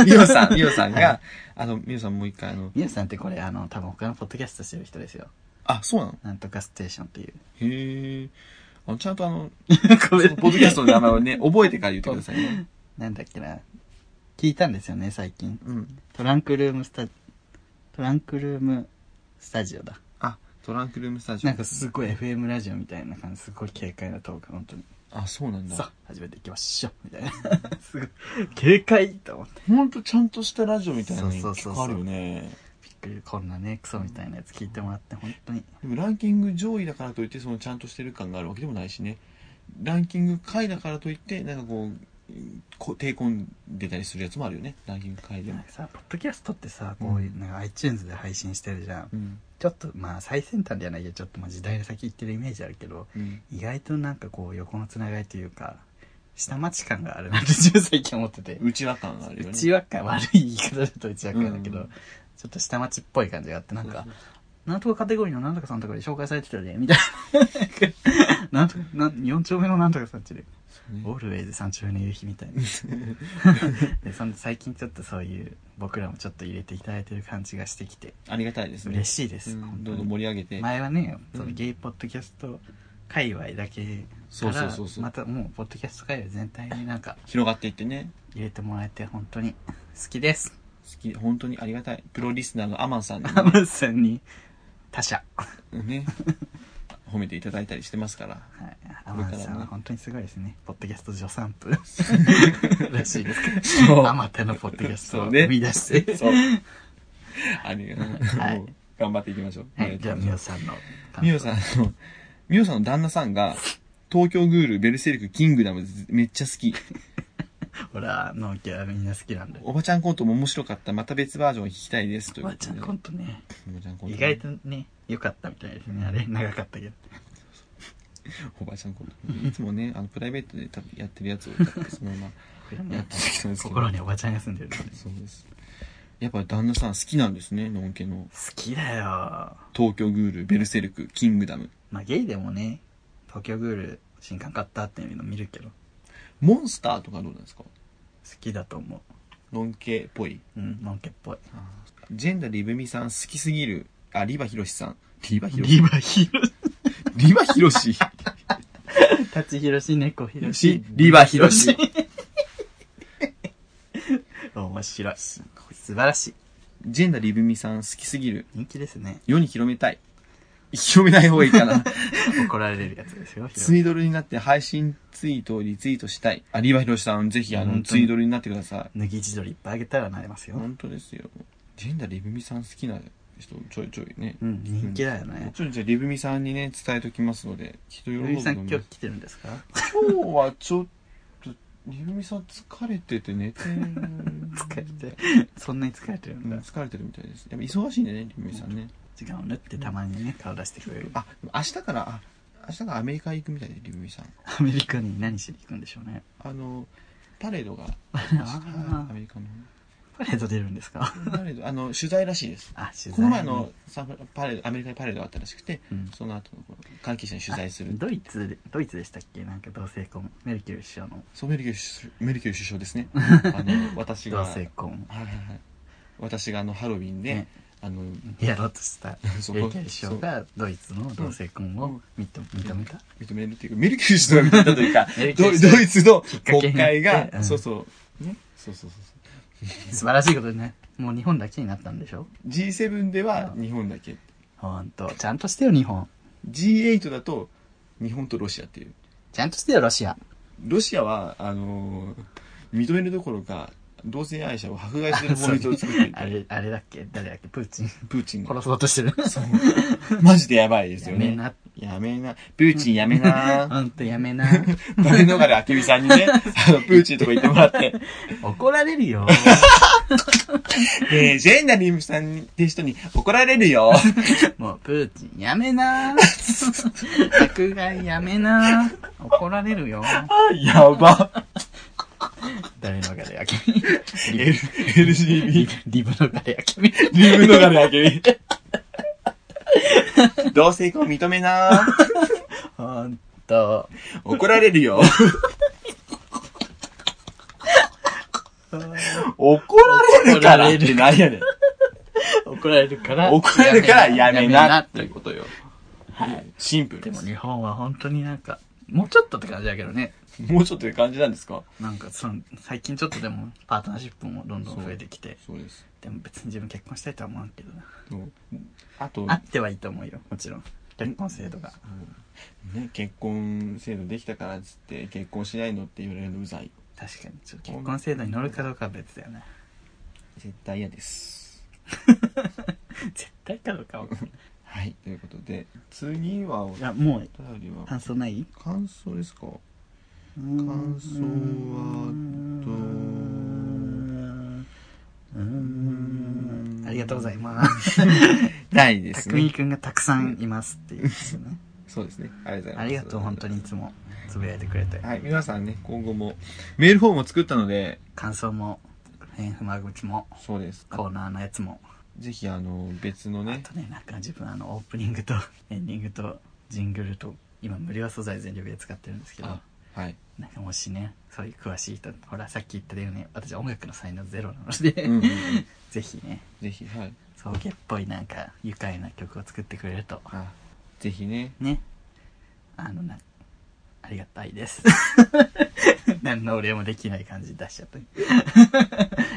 S2: ん、みおさん、みおさんが、あの、みおさんもう一回、あの、
S1: みゆさんってこれ、あの、多分他のポッドキャストしてる人ですよ。
S2: あ、そうなの
S1: なんとかステーションって いう。
S2: へえ。あの、ちゃんと あの、
S1: ごめん
S2: ポッドキャストの名前をね、覚えてから言ってくださいね。
S1: なんだっけな。聞いたんですよね、最近。
S2: うん。
S1: トランクルームスタ、トランクルームスタジオだ。
S2: あ、トランクルームスタジオ。
S1: なんかすごい FM ラジオみたいな感じ、すごい軽快なトーク、本当に。
S2: あ、そうなん
S1: さ
S2: だ。
S1: あ、始めていきましょう。みたいな。 すごい、軽快と思って。
S2: ほんとちゃんとしたラジオみたいなの
S1: そうそうそうそう
S2: 結構あるよね。
S1: びっくり、こんなね、クソみたいなやつ聞いてもらって、本当に。
S2: でもランキング上位だからといって、そのちゃんとしてる感があるわけでもないしね。ランキング下位だからといって、なんかこう、こう、抵抗出たりするやつもあるよね。ランキング下位で
S1: な
S2: も
S1: ん。かさ、ポッドキャストってさ、こういう、なんか iTunes で配信してるじゃん。
S2: うん。
S1: ちょっと、まあ、最先端ではないけど、ちょっとまあ時代の先行ってるイメージあるけど、
S2: うん。
S1: 意外となんかこう、横のつながりというか、下町感があるなって、自分最近思ってて。
S2: 内輪感があるよね。
S1: うちわ感、悪い言い方だとうちわ感だけど、
S2: うん
S1: ちょっと下町っぽい感じがあって、なんか、
S2: そう
S1: なんとかカテゴリーのなんとかさんとかで紹介されてたね、みたいな。なんとか、なん4丁目のなんとかさんちで、
S2: そう
S1: オ
S2: ね
S1: ールウェイズ3丁目の夕日みた いな。でそん最近ちょっとそういう、僕らもちょっと入れていただいてる感じがしてきて、
S2: ありがたいですね。
S1: 嬉しいです。
S2: うん
S1: 本当
S2: どん
S1: に
S2: どん盛り上げて。
S1: 前はね、その
S2: うん
S1: ゲイポッドキャスト界隈だけ
S2: そ
S1: か
S2: うそう
S1: ら
S2: そう、そう
S1: またもうポッドキャスト界隈全体になんか
S2: 広がっていってね。
S1: 入れてもらえて本当に好きです。
S2: 好き、本当にありがたい。プロリスナーのアマンさんに
S1: アムさんに他者。
S2: ね、褒めていただいたりしてますから。
S1: はい、ア
S2: これ
S1: マ
S2: からね
S1: ンさんは本当にすごいですね。ポッドキャスト助産婦らしいですけ
S2: そ
S1: ど、あまたのポッドキャストを
S2: そうね
S1: 生み出して。
S2: そう。ありが
S1: はい
S2: もう頑張っていきましょう。
S1: はい、じゃあ、みお
S2: さ
S1: さんの
S2: ん。みおさん、あの、みおさんの旦那さんが、東京グール、ベルセルク、キングダム、めっちゃ好き。
S1: ほら、ノーキャラみんな好きなんで。
S2: おばちゃんコントも面白かった。また別バージョン聞きたいです。と
S1: お
S2: いうこ
S1: ば
S2: と
S1: ち
S2: で
S1: ゃんコントね、
S2: おばちゃんコント。
S1: 意外とね、良かったみたいですね。あれ、長かったけど。
S2: おばちゃんコント。いつもね、あの、プライベートで多分やってるやつを、多分そのま
S1: これ
S2: まやっ
S1: ね
S2: てたんですけど。
S1: 心におばちゃんが住んでるんで。好
S2: そうです。やっぱ旦那さん好きなんですね、のんけの。
S1: きだよ。
S2: 東京グール、ベルセルク、キングダム。
S1: まあ、ゲイでもね、東京グール新刊買ったっていうの見るけど、好
S2: モンスターとかどうなんですか
S1: きだと思
S2: のんけっぽい。
S1: う。うん、ノンケっぽい。
S2: ジェンダリブミさん好きすぎる。あ、リバヒロシさん。リバヒロシ
S1: リバヒロシ。
S2: リバヒ ロシ
S1: 立ちひろし、猫ひろし
S2: し、リバヒロシ。
S1: 面白い。素晴らしい。
S2: ジェンダリブミさん好きすぎる。
S1: 人気ですね。
S2: 世に広めたい。広めない方がいい かな。
S1: 怒られるやつですよ。
S2: ツイドルになって配信ツイートをリツイートしたい。あ、リバヒロシさん、ぜひあ
S1: 本当
S2: の、
S1: に
S2: ツイドルになってくださ
S1: 脱ぎ地鶏いっぱいあげたらなれます
S2: い。
S1: よ。
S2: 本当ですよ。ジェンダリブミさん好きな人、ちょいちょいね。
S1: うん、人気だよ
S2: も
S1: ね。
S2: ちろんじゃあリブミさんにね、伝えときますので、きっと喜
S1: ゆ
S2: ぶと
S1: う
S2: 思い
S1: み
S2: ます。
S1: さん今日来てるんですか
S2: 今日はちょっと、りぐみさん疲れてて寝てる。
S1: 疲れて。そんなに疲れてる
S2: うんん
S1: だ。
S2: 疲れてるみたいです。やっぱ忙しいんでね、りぐみさんね。
S1: 時間を縫ってたまにね、顔出してくれる。
S2: あ、明日から、あ、明日からアメリカ行くみたいで、りぐみさん。
S1: アメリカに何しに行くんでしょうね。
S2: あの、パレードが、
S1: あ
S2: アメリカの。
S1: パレード出るんですか
S2: パレード、あの、取材らしいです。
S1: あ、取材。
S2: この前のサンフラパレード、アメリカにパレードがあったらしくて、
S1: うん
S2: その後のこの関係者に取材する。
S1: ドイツで、ドイツでしたっけなんか同性婚。メルキュリー首相の
S2: そう、メルケル首メルケル首相です ね。あの、私が、
S1: 同
S2: はい
S1: 性婚。
S2: はいはい。私があの、ハロウィンで、
S1: ね
S2: あの、
S1: やろうとした
S2: そ
S1: メ
S2: こ
S1: ルケル首相がドイツの同性婚を認認めた
S2: 認めるっていうか、メルケル氏とは認めたという か
S1: メル、ケ
S2: ド
S1: ル氏が
S2: ドイツの
S1: っかけになって
S2: 国会が、
S1: うん
S2: そうそう、ね、そうそうそうそう。
S1: 素晴らしいことでねもう日本だけになったんでしょ
S2: G7 では日本だけ。
S1: ほんとちゃんとしてよ日本
S2: G8 だと日本とロシアっていう。
S1: ちゃんとしてよロシア
S2: ロシアは、あのー認めるどころか、同性愛者を迫害する法律 を作ってい
S1: あ
S2: て、
S1: れあれだっけ誰だっけプーチン
S2: プーチンが。
S1: 殺そうとしてる
S2: マジでやばいです
S1: や
S2: よ
S1: め
S2: ね。
S1: な
S2: やめな。プーチンやめな。
S1: ほんとやめな
S2: バレノガレアケビさん にね、あの、プーチンとか言ってもらって。
S1: 怒られる よ
S2: ねえ、ジェンダリムさんって人に怒られるよ。
S1: もうプーチンやめな迫害やめな怒られる よ
S2: やば。
S1: 誰のがでやけリ
S2: L、LGB。
S1: リブのがでやけみ
S2: リブのがね、明美。同性婚認めな
S1: ほんと
S2: 怒られるよ。怒られるからって何やねん。
S1: 怒られるから
S2: 怒られるからやめなって
S1: て
S2: いうことよ。シンプル
S1: で
S2: で
S1: も
S2: す。
S1: 日本は本当になんかもうちょっとって感じだけどね
S2: もうちょっという感じなんですか
S1: なんかその最近ちょっとでもパートナーシップもどんどん増えてきて
S2: そうです。
S1: でも別に自分結婚したいとは思わんけどな
S2: あと、
S1: あってはいいと思うよもちろん結婚制度が
S2: ね、結婚制度できたからっつって結婚しないのって言われるのうざい。
S1: 確かにちょっと結婚制度に乗るかどうかは別だよね
S2: 絶対嫌です。
S1: 絶対かどうかは分かんない
S2: はい。ということで、次は、お
S1: いやもう
S2: 便りは、
S1: 感想ない
S2: 感想ですか
S1: 感
S2: 想はどう
S1: うんありがとうございます。
S2: ないで
S1: た
S2: す
S1: くみ
S2: ね。
S1: くんがたくさんいますっていうですよね。
S2: そうですね。ありがとうござい ます。
S1: ありがとう、本当にいつもつぶやいてくれて。
S2: はい。皆さんね、今後も、メールフォームを作ったので、
S1: 感想も、変不満口も、
S2: そうです。
S1: コーナーのやつも。
S2: ぜひ、あの、別の
S1: あ
S2: ね、
S1: とね、なんか自分あの、オープニングと エンディングとジングルと、今無料素材全力で使ってるんですけど
S2: あ、はい。
S1: なんかもしね、そういう詳しい人、ほらさっき言ったように、私音楽の才能ゼロなので、
S2: うんうんうん
S1: ぜひね、
S2: ぜひ、はい。
S1: 送迎っぽいなんか愉快な曲を作ってくれると
S2: あ、ぜひね、
S1: ねあのなありがたいです 何のお礼もできない感じ出しちゃった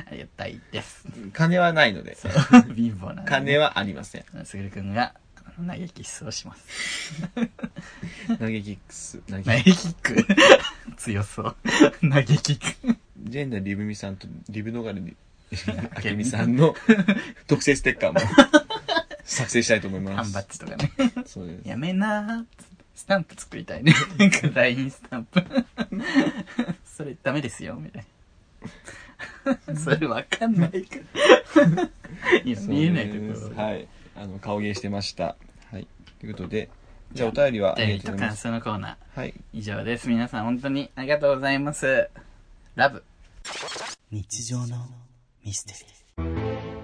S1: ありがたいです
S2: 金はないので、
S1: そう貧乏な
S2: 金はありません。
S1: すぐるくんがあの投げキッスをします
S2: 投げキックス、投げ
S1: 投げキック 強そう投げキック
S2: ジェンダーリブミさんとリブノガル リあけみさんの特製ステッ カーも作成したいと思いま
S1: 缶
S2: す
S1: バ。ッジとかね
S2: そうです。
S1: やめなースタンプ作りたいね なんか LINE スタンプ それダメですよみたい なそれわかんないからいや
S2: そうです
S1: 見えないところ
S2: はい。あの、顔芸してました。はい。ということで、じゃあお便りはあ
S1: お便
S2: り
S1: り
S2: がと
S1: と
S2: うござい
S1: 感
S2: ます。
S1: 想のコーナー
S2: はい。
S1: 以上です皆さん本当にありがとうございますラブ日常のミステリ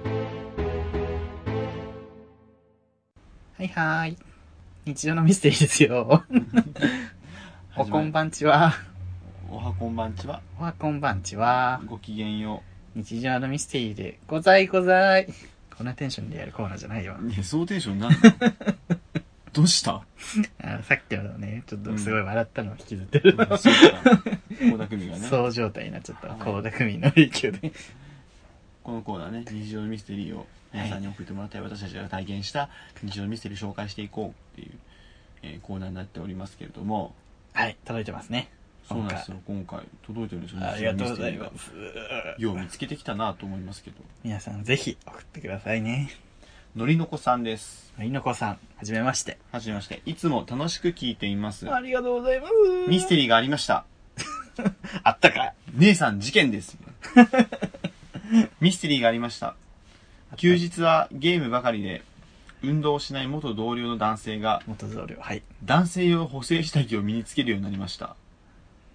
S1: ーはいはーい日常のミステリーですよおこんばんちは
S2: おはこんばんちは。
S1: おはこんばんちは。
S2: ごきげんよ
S1: 日常のミステリーでございござい。こんなテンションでやるコーナーじゃないよ。
S2: う。いや、そうテンシ ョンなんどうした
S1: あさっきのね、ちょっとすごい笑ったのを引きずってる。
S2: そうか。小田組がね。
S1: そう状態になっちゃった。高田組の影響で。
S2: このコーナーね、日常のミステリーを皆さんに送ってもらったり、私たちが体験した日常のミステリーを紹介していこうっていう、えーコーナーになっておりますけれども、
S1: はい、届いてますね。
S2: そうなんですよ、今回届いてるんですよ、
S1: ありがとうござい
S2: 日常の
S1: ま
S2: ミス
S1: す。
S2: テリーが。よう見つけてきたなと思いますけど。
S1: 皆さんぜひ送ってくださいね。
S2: のりのこさんです。
S1: のりのこさん、はじめまして。
S2: はじめまして。いつも楽しく聞いています。
S1: りがとうございます。
S2: ミステリーがありました。
S1: あったかい。
S2: 姉さん事件です。 ミステリーがありました。休日はゲームばかりで、運動をしない元同僚の男性が
S1: 元同僚、はい。
S2: 男性用補正下着を身につけるようになりました、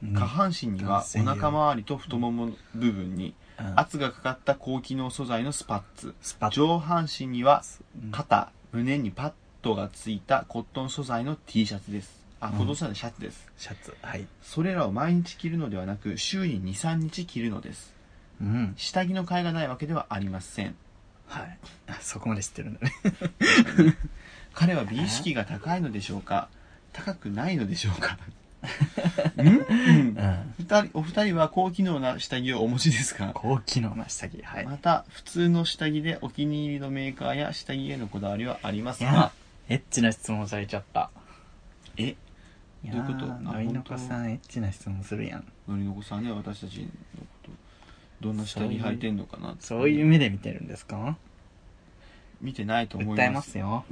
S1: うん
S2: 下半身に
S1: 男
S2: はお
S1: 性用
S2: 腹周りと太ももの部分に
S1: うん
S2: 圧がかかった高機能素材のスパッツ
S1: スパッ
S2: 上半身には
S1: うん
S2: 肩胸にパッドがついたコットン素材の T シャツですあ
S1: うん
S2: コットン素材のシャツです、
S1: シャツ、はい。
S2: それらを毎日着るのではなく週に23日着るのです
S1: うん。
S2: 下着の替えがないわけではありません
S1: はい。あそこまで知ってるんだね。
S2: 彼は美意識が高いのでしょうか高くないのでしょ うかん
S1: うん。
S2: 二人お二人は高機能な下着をお持ちですか
S1: 高機能な下着、はい。
S2: また普通の下着でお気に入りのメーカーや下着へのこだわりはあります
S1: い
S2: か
S1: や、エッチな質問されちゃった。
S2: え
S1: いや
S2: どういうことあ
S1: のりのこ
S2: 本当
S1: さん、エッチな質問するやん。
S2: のりのこさんね私たちのことどんな下着履いてんのかなって
S1: そういう目で見てるんですか
S2: 見てないと思い
S1: 訴え
S2: ま
S1: ますすよ。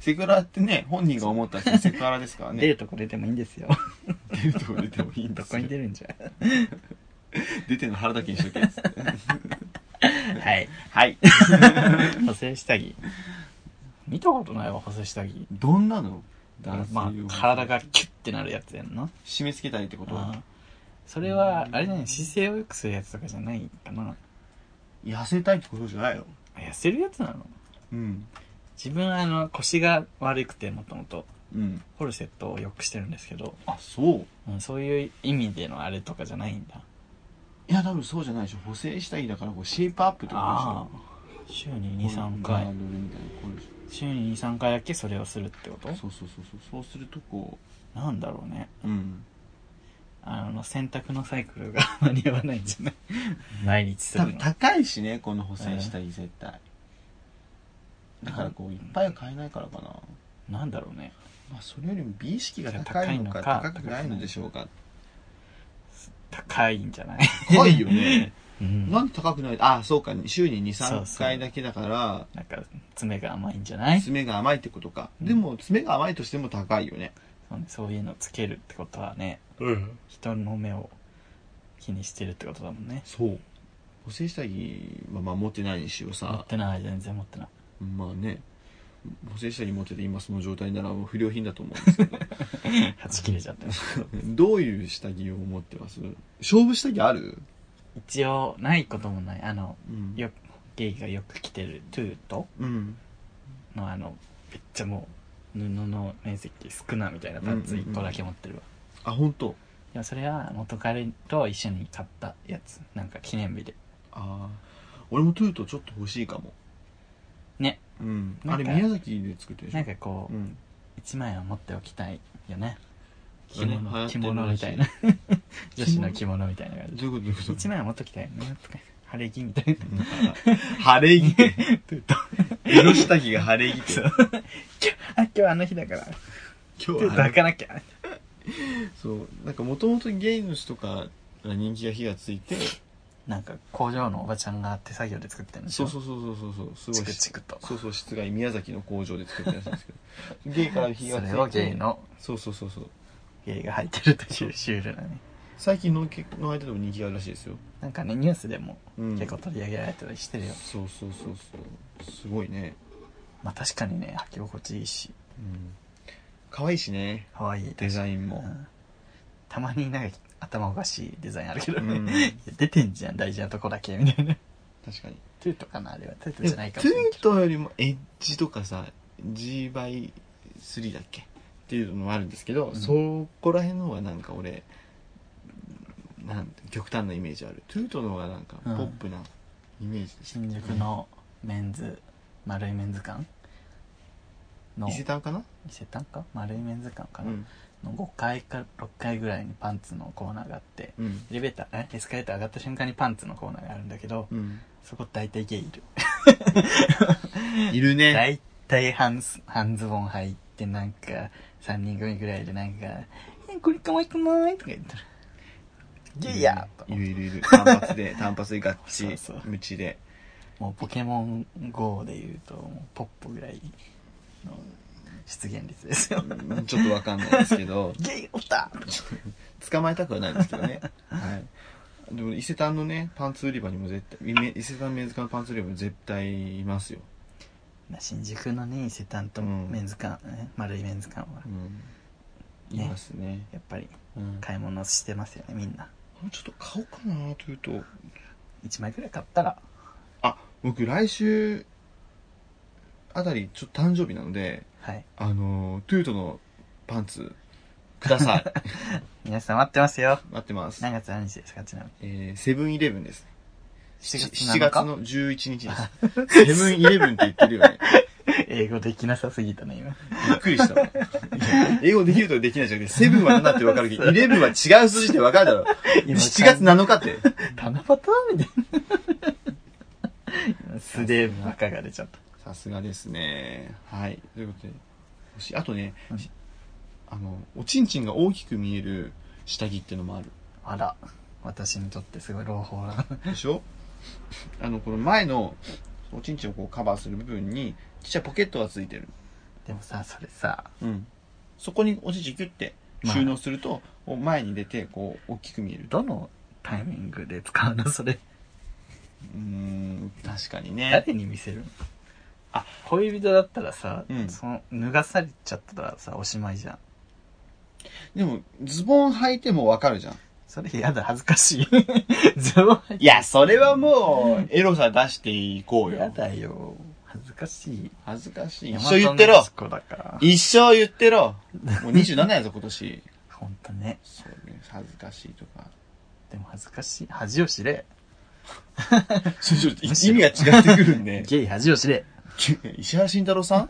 S2: セクハラってね本人が思った らセクハラですからね
S1: 出るとこ出てもいいんですよ。
S2: 出るとこ出てもいいんで
S1: ど
S2: す
S1: こ
S2: よ
S1: に出るんじゃ。
S2: 出てんの腹だけにしとけっつって
S1: はい。
S2: はい
S1: 補正下着。見たことないわ、補正下着。
S2: どんなの男性
S1: まあ
S2: を、
S1: 体がキュッてなるやつやんな。
S2: 締め付けたりってこと
S1: あーそれは、あれじゃない、姿勢を良くするやつとかじゃないかな。
S2: 痩せたいってことじゃないよ
S1: あ痩せるやつなの
S2: うん
S1: 自分、あの、腰が悪くて、もともと、
S2: うん
S1: コルセットを良くしてるんですけど、
S2: あそう
S1: うん、そういう意味でのあれとかじゃないんだ。
S2: いや多分そうじゃないでしょ補正下着だからこうシェイプアップってことでし
S1: ああ。週
S2: ょ
S1: に2、3
S2: ガード
S1: 回。
S2: ルみたいなこれでし
S1: 週に2、3回だけそれをするってこ
S2: ょ
S1: と
S2: そうそうそうそうそうするとこ
S1: なんだろうね。
S2: ううん
S1: あの、洗濯のサイクルが 間に合わないんじゃない毎日す
S2: 多
S1: る
S2: 分
S1: の。
S2: 高いしねこの補正下着絶対、だからこういっぱいは買えないからかな、
S1: なんだろうね。
S2: まあ、それよりも美意識が高いのか
S1: じゃあ高いのか
S2: 高くないのでしょうか
S1: 高いんじゃない
S2: 高いよね
S1: うん。
S2: なんで高くないあそうか週に
S1: そう
S2: 23
S1: そう
S2: 回だけだから
S1: なんか、爪が甘いんじゃないそ
S2: 爪が甘いってことか、
S1: うん
S2: でも爪が甘いとしても高いよね
S1: うねそういうのつけるってことはね、
S2: うん
S1: 人の目を気にしてるってことだもんね。
S2: そう補正下着はまあ持ってないにしよう
S1: 持っ
S2: さ
S1: てない、全然持ってない。
S2: まあね補正下着持ってて今その状態ならもう不良品だと思うんですけど
S1: はち切れちゃってる。
S2: どういう下着を持ってます勝負下着ある、
S1: 一応、ないこともない。あの、
S2: うん
S1: よゲイがよく着てるトゥート
S2: うん、
S1: のあの、めっちゃもう、布の面積少なみたいなパンツ1個だけ持ってるわ。
S2: あ本当。
S1: でもそれは元彼と一緒に買ったやつ。なんか記念日で。
S2: ああ俺もトゥートちょっと欲しいかも
S1: ね
S2: うん
S1: な
S2: あ
S1: ん
S2: れ
S1: か
S2: 宮崎で作ってるでしょ
S1: なんかこ
S2: う
S1: う、
S2: ん
S1: 一枚は持っておきたいよね。
S2: あ
S1: 着
S2: れね流行
S1: 物、
S2: っ
S1: 着
S2: てるらしい
S1: 物みたい な。女子の着物みたいな感じ。
S2: どういうことどういうこと
S1: 一枚は持っときたいよね。とか、晴れ着みたいな。
S2: うん 晴れ着って
S1: トゥー ト。
S2: 江戸下着が晴れ着って
S1: そうあ、今日はあの日だから。
S2: 今
S1: ト
S2: 日
S1: ゥート
S2: は晴
S1: 開
S2: れ
S1: かなきゃ。
S2: そうなんかもともとゲイの人から人気が火がついて
S1: なんか工場のおばちゃんが手作業で作ってるんでし
S2: そ
S1: ょ
S2: うそうそうそうそうそうすごい
S1: チクチクと。
S2: そうそう室外宮崎の工場で作ってるらしいんですけ どゲイから火
S1: そ
S2: がついて
S1: れをゲイの、
S2: そうそうそうそう
S1: ゲイが入ってるというシュールなね。
S2: 最近の結婚の相手でも人気があるらしいですよ、
S1: なんかね、ニュースでも
S2: うん、
S1: 結構取り上げられたりしてるよ。
S2: そうそうそうそうすごいね
S1: まあ確かにね、履き心地いいし、
S2: うん可愛いしね
S1: 可愛い
S2: デザイ
S1: う
S2: ンも、
S1: んたまになんか頭おかしいデザインあるけど、
S2: うん
S1: 出てんじゃん、大事なとこだけ、みたいな。
S2: 確かに
S1: トゥートかな、あれは。トゥート
S2: で
S1: じゃ
S2: もト
S1: ない
S2: ゥ
S1: かもしれないけ
S2: ートよりもエッジとかさ G 倍3だっけっていうのもあるんですけど、
S1: ん
S2: そこら辺の方がなんか俺なんて極端なイメージあるトゥートの方がなんかポ
S1: うん
S2: ップなイメージ
S1: ど。
S2: です、
S1: 新宿のメンズ、丸いメンズ館の、
S2: 伊勢丹かな
S1: 伊勢丹か丸いメンズ館か
S2: う
S1: な、
S2: ん
S1: の5階か6階ぐらいにパンツのコーナーがあって、
S2: うん、
S1: エレベーター、えエスカレーター上がった瞬間にパンツのコーナーがあるんだけど、
S2: うん、
S1: そこ大体ゲイいる。
S2: いるね
S1: 大体半ズ、半ズボン履いて、なんか、3人組ぐらいでなんか、え、これ可愛くないとか言ったら、ゲイやと
S2: いるいるい る単発で単発でガッチ
S1: そうそう
S2: ムチで
S1: もうポケモン GO で言うと、もうポップぐらいの出現率です よ。
S2: うんちょっとわかんないですけ ど
S1: ゲイおった
S2: 捕まえたくはないんですけどね、はい、でも伊勢丹のねパンツ売り場にも絶対め伊勢丹メンズ館のパンツ売り場にも絶対いますよ、
S1: まあ新宿のね、伊勢丹と
S2: うん
S1: メンズ館、ね丸いメンズ館は、
S2: うん、
S1: ね
S2: いますね
S1: やっぱり
S2: うん
S1: 買い物してますよね、みんな。
S2: ちょっと買おうかなというと
S1: 1枚ぐらい買ったら、
S2: あ僕来週あたりちょっと誕生日なので
S1: はい。
S2: あのトゥートのパンツくだ さい
S1: 皆さん待ってますよ。
S2: 待ってます
S1: 何月何日ですかちなみに。
S2: えーセブンイレブンです
S1: 7
S2: 7月の11日です。セ ブンイレブンって言ってるよね。
S1: 英語できなさすぎたね、今。
S2: びっくりしたわ。いや英語できるとできないじゃなくて、セブンは7ってわかるけど、イレブンは違う数字ってわかるだろ。7
S1: 今
S2: 月7日って。
S1: 七夕みたいな。素でバカが出ちゃった。
S2: さすがですね。はい。ということで、欲しいあとね、
S1: うん
S2: あの、おちんちんが大きく見える下着ってのもある。
S1: あら、私にとってすごい朗報な。
S2: でしょ あの、この前の、おちんちんをこうカバーする部分に、ちっちゃいポケットがついてる。
S1: でもさ、それさ、
S2: うん。そこにおちんちんキュッて収納すると、こう前に出て、こう、大きく見える。
S1: どのタイミングで使うのそれ。
S2: うーん、確かにね。
S1: 誰に見せるの
S2: あ、
S1: 恋人だったらさ、
S2: うん
S1: その、脱がされちゃったらさ、おしまいじゃん。
S2: でも、ズボン履いてもわかるじゃん。
S1: それやだ、恥ずかしい。 ズボン入っ
S2: いや、それはもう、エロさ出していこう
S1: てや
S2: よ。
S1: だよ。恥ずかしい。
S2: 恥ずかしい。
S1: 大
S2: 一
S1: 和
S2: 生言ってろ
S1: 息子だから。
S2: 一生言ってろもう27やぞ、今年。
S1: ほんとね。
S2: そうね、恥ずかしいとか。
S1: でも恥ずかしい。恥を知れ。
S2: ちょっと意味が違ってくる んで。
S1: ゲイ恥を知れ。
S2: 石原慎太郎さん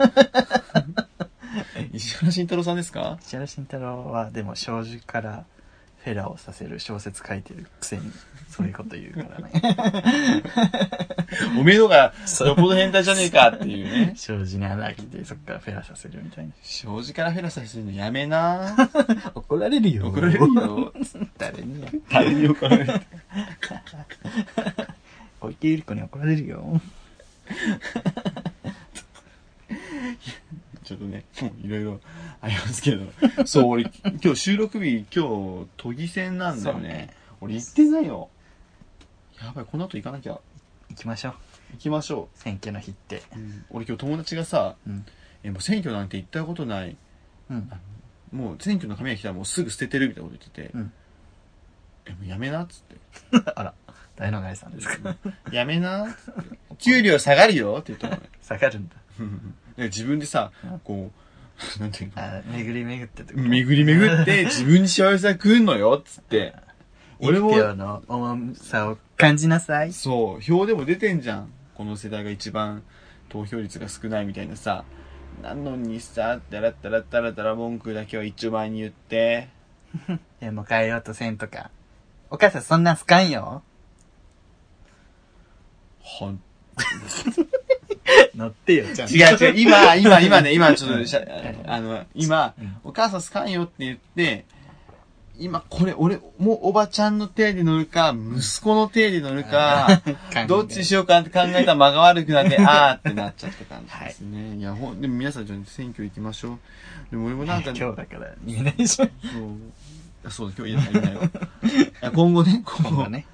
S2: 石原慎太郎さんですか
S1: 石原慎太郎はでも少女からフェラをさせる小説書いてるくせに、そういうこと言うからね。
S2: おめえのが
S1: そう
S2: よっぽど変態じゃねえかってい うね。
S1: 障子に穴開けて、そっからフェラさせるみたいな。
S2: 障子からフェラさせるのやめな
S3: 怒られるよ。
S2: 怒られる よ。
S1: 誰にや。
S2: 誰に怒られる。
S1: 小池百合子に怒られるよ。
S2: ちょっとね、 もういろいろありま すけど。そう、俺、今日収録日、今日、都議選なんだよ
S1: そう
S2: ね
S1: ね。
S2: 俺行ってないよ。やばい、この後行かなきゃ。
S1: 行きましょう。
S2: 行きましょ
S1: 選挙の日って。
S2: う。俺今日友達がさ、
S1: うん。
S2: え、もう選挙なんて行ったことない。
S1: うん。
S2: もう選挙の紙が来たらもうすぐ捨ててるみたいなこと言ってて。
S1: うん
S2: え、もうやめなっつって。
S1: あら、大野谷さんですか。
S2: やめなっつって。給料下がるよっ て言ったのね。
S1: 下がるんだ。
S2: で自分でさ
S1: うん、
S2: こう、なんていうの
S1: あ巡り巡ってってこと
S2: 巡り巡って自分に幸せが来んのよっつって。俺も
S1: 一、票の重さを感じなさい。
S2: そう、票でも出てんじゃん。この世代が一番投票率が少ないみたいなさ。なのにさ、だらだらだらだら文句だけは一丁前に言って。
S1: でも帰ろうとせんとか。お母さんそんなんすかんよ。
S2: ほん、
S1: 乗ってよ、ちゃんと。
S2: 違 う違う、今、今、今ね、今ちょっとしゃ、あの、今
S1: うん、
S2: お母さんすかんよって言って、今、これ、俺、もうおばちゃんの手で乗るか、息子の手で乗 るか、どっちにしようかって考えたら間が悪くなって、あーってなっちゃった感じですね。い、や、ほん、でも皆さん、ちょっと選挙行きましょう。でも俺もなんか、
S1: 今日だから言えないでしょ。
S2: そうあそうだ、今日いない いないわ。いや今後ね、今
S1: 今
S2: 後
S1: 度。ね、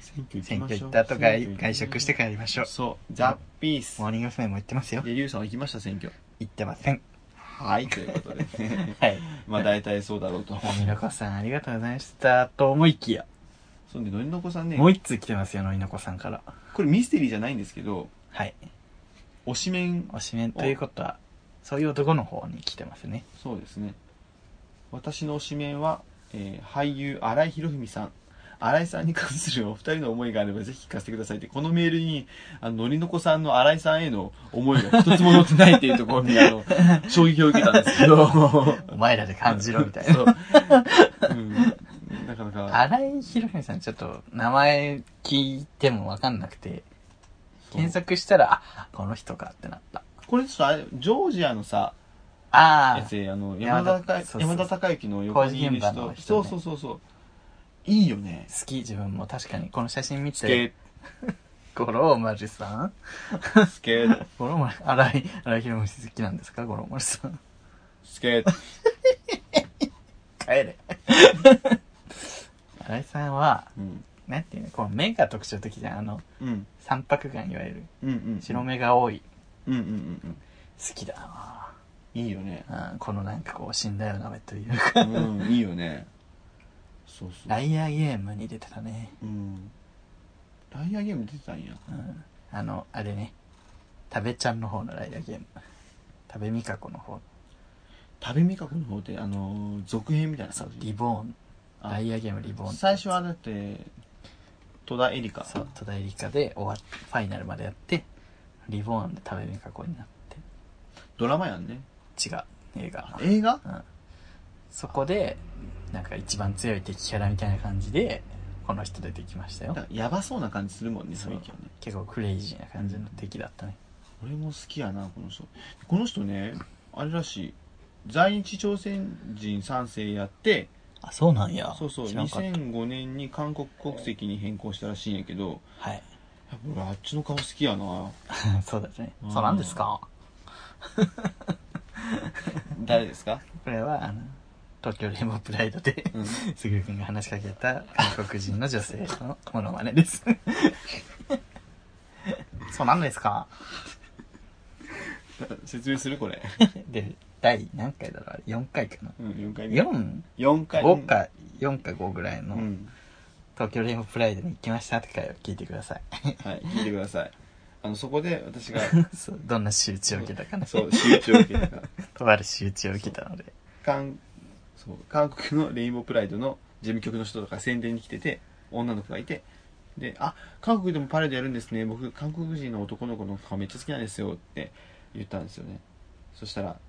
S2: 選挙
S1: 選挙行
S2: っ
S1: ったた
S2: と
S1: 後
S2: か
S1: 外外食して帰りましょう。
S2: そう、ザ・ピース
S1: モ。ーニング娘。も行ってますよ。
S2: で、ゆうさんは行きました、選挙。
S1: 行ってません。
S2: はい、ということでね。
S1: はい。
S2: まあ大体そうだろうと。
S1: もみのこさんありがとうございました。と思いきや。
S2: そうね、のりのこさんね
S1: も、う一通来てますよ、のりのこさんから。
S2: これミステリーじゃないんですけど、
S1: はい。
S2: 推しメン、
S1: おしめんということは、そういう男の方に来てますね。
S2: そうですね。私の推しメンは、えー俳優、荒井博文さん。荒井さんに関するお二人の思いがあればぜひ聞かせてくださいって、このメールに、あの、のりのこさんの荒井さんへの思いが一つも載ってないっていうところに、あの、衝撃を受けたんですけど、
S1: お前らで感じろみたい
S2: そ
S1: な。
S2: う。うん。なかなか、
S1: 荒井博文さんちょっと名前聞いてもわかんなくて、
S2: そう
S1: 検索したら、あ、この人かってなった。
S2: これちょっとあれ、ジョージアのさ、
S1: あ
S2: や
S1: あ
S2: つ、であの山
S1: 山
S2: 田
S1: 田
S2: か
S1: そうそう
S2: 山田孝之の横にいる人
S1: 工事現場の人
S2: そう
S1: ね
S2: そうそうそういいよね
S1: 好き、自分も確かに。この写真見
S2: スケ
S1: て、五郎丸さん
S2: スケ
S1: 五郎丸、荒井、荒井博文好きなんですか五郎丸さん。
S2: スケ
S1: 帰れ。 荒井さんは、
S2: うん
S1: なんていうの、この目が特徴的じゃん。あの、
S2: うん
S1: 三白眼いわゆる、
S2: うんうん
S1: 白目が多い。
S2: うんうんうん
S1: 好きだな
S2: うんいいよね
S1: あこのなんかこう、死んだよなめというか。
S2: うんいいよねそうそう
S1: ライアーゲームに出てたね。
S2: うんライアーゲーム出てたんや
S1: うん。あの、あれね。食べちゃんの方のライアーゲーム。食べみかこの方。
S2: 食べみかこの方であのー続編みたいな
S1: そう
S2: 感、
S1: リ
S2: じ
S1: ボーン。
S2: あ
S1: ライアーゲームリボーン。
S2: 最初はだって戸田恵梨香
S1: そう、戸田恵梨香で終わっファイナルまでやって、リボーンで食べみかこになっ
S2: ドラマやんね
S1: て、違う、映画。
S2: 映画
S1: うん。そこで、なんか一番強い敵キャラみたいな感じで、この人出てきました
S2: な
S1: よ
S2: ん。かやばそうな感じするもんね
S1: そ
S2: 雰
S1: う
S2: 囲気はね
S1: 結構クレイジーな感じの敵だったね。
S2: 俺も好きやなこの人この人ねあれらしい在日朝鮮人3世やって
S1: あ、そうなんや
S2: そうそう
S1: 知らんかった
S2: 2005年に韓国国籍に変更したらしいんやけど
S1: はい。
S2: やっぱ俺あっちの顔好きやな
S1: そうだね
S2: う。ん
S1: そうなんですか
S2: 誰ですか、
S1: これは、あの、東京レインボープライドで、
S2: うん、
S1: すぐるくんが話しかけた韓国人の女性のモノマネです。 そうなんですか
S2: 説明するこれ、
S1: で、第何回だろうあれ ?4 回かな
S2: うん、4回目
S1: ?4?5
S2: 4回
S1: か、4か5ぐらいの、
S2: うん、
S1: 東京レインボープライドに行きましたって回を聞いてください。
S2: はい聞いてくださいあのそこで私が
S1: そうどんな仕打ちを受けたかね。
S2: そう集中を受けた
S1: とある仕打ちを受けたので。
S2: 韓そう韓国のレインボープライドの事務局の人とか宣伝に来てて女の子がいてで「あ韓国でもパレードやるんですね僕韓国人の男の子の顔めっちゃ好きなんですよ」って言ったんですよねそしたら「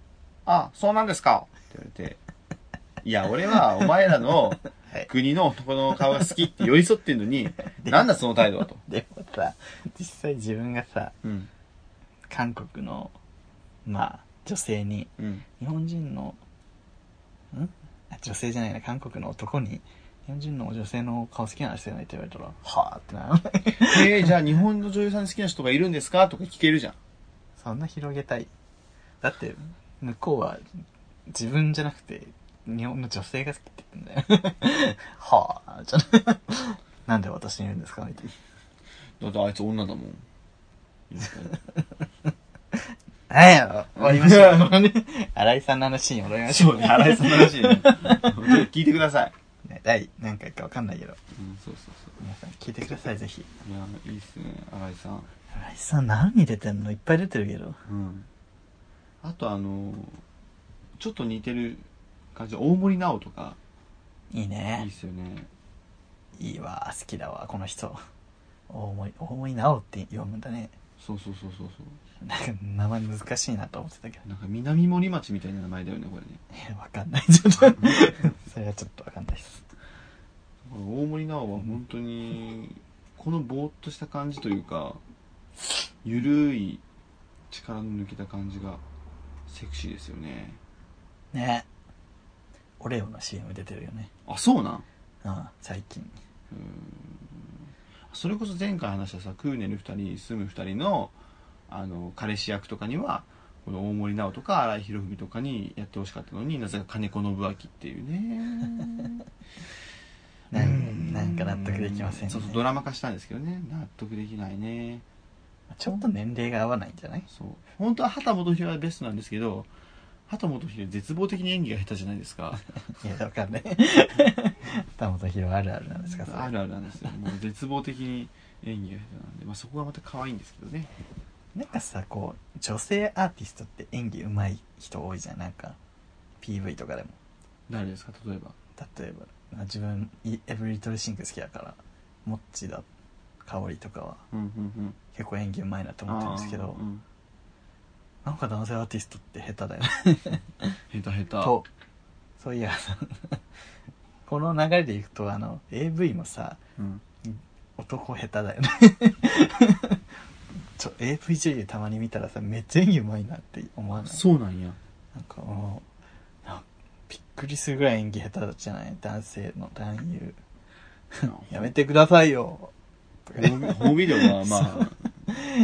S2: あそうなんですか」って言われていや、俺はお前らの
S1: はい
S2: 国の男の顔が好きって寄り添ってんのに、なんだその態度はと。
S1: でもさ、実際自分がさ、
S2: うん。
S1: 韓国の、まあ、女性に、
S2: うん。
S1: 日本人の、んあ女性じゃないな、韓国の男に、日本人の女性の顔好きな人じゃないって言われたら、はぁってなる。
S2: えー、じゃあ日本の女優さんに好きな人がいるんですかとか聞けるじゃん。
S1: そんな広げたい。だって、向こうは、自分じゃなくて、日本の女性が好きって言ってんだよ。 はぁ、じゃな、なんで私に言うんですかみたいな。
S2: だってあいつ女だもん。
S1: はい、終わりました。このね 新井さんの話に戻りましょう。
S2: 荒井さんの話ね。聞いてください。
S1: ね第何回かわかんないけど、
S2: うん、そうそうそ
S1: 皆さん聞いてください、ぜひ。
S2: う。いや、いいっすね、荒井さん。
S1: 新井さん何に出てんのいっぱい出てるけど。
S2: うん。あとあのー、ちょっと似てる感じ、大森奈緒とか、
S1: いい
S2: いいっ
S1: ね。
S2: すよね。
S1: いいわ、好きだわ、この人。大森、大森直って読むんだね。
S2: そうそうそうそうそう。
S1: なんか名前難しいなと思ってたけど。
S2: なんか南森町みたいな名前だよね、これね。
S1: えわかんない。ちょっと。それはちょっとわかんないです。
S2: 大森奈緒は本当にこのぼーっとした感じというかゆるい力の抜けた感じがセクシーですよね
S1: ねオレオの CM 出てるよね。
S2: あそうなん
S1: うん、最近。
S2: それこそ前回話したさクーネル2人住む2人のあの彼氏役とかにはこの大森奈緒とか荒井博文とかにやってほしかったのになぜか金子信明っていうね
S1: なんなんか納得できませんね
S2: そうそうドラマ化したんですけどね納得できないね
S1: ちょっと年齢が合わないんじゃない
S2: そう本当は畑基博はベストなんですけど畑基博絶望的に演技が下手じゃないですか
S1: いや、わかん ない。田本博あるあるなんですか、それ
S2: あるあるなんですよもう絶望的に演技が下手なんで、まあ、そこがまた可愛いんですけどね
S1: なんかさこう女性アーティストって演技上手い人多いじゃんなんか PV とかでも
S2: 誰ですか例えば
S1: 例えばまあ自分いエブリトルシンク好きだからモッチだ香りとかは
S2: うんうん
S1: 結構演技上手いなと
S2: うん
S1: 思ってるんですけ
S2: あー
S1: ど
S2: うん
S1: なんか男性アーティストって下 手だよね
S2: 下手下手
S1: とそういや あのこの流れでいくとあの AV もさ
S2: うん
S1: 男下手だよね ちょ AV 女優たまに見たらさめっちゃ演技上手いなって思わない
S2: そうな んや
S1: なんかもう、なんかびっくりするぐらい演技下手じゃない男性の男優。やめてくださいよとかね
S2: 褒美料はま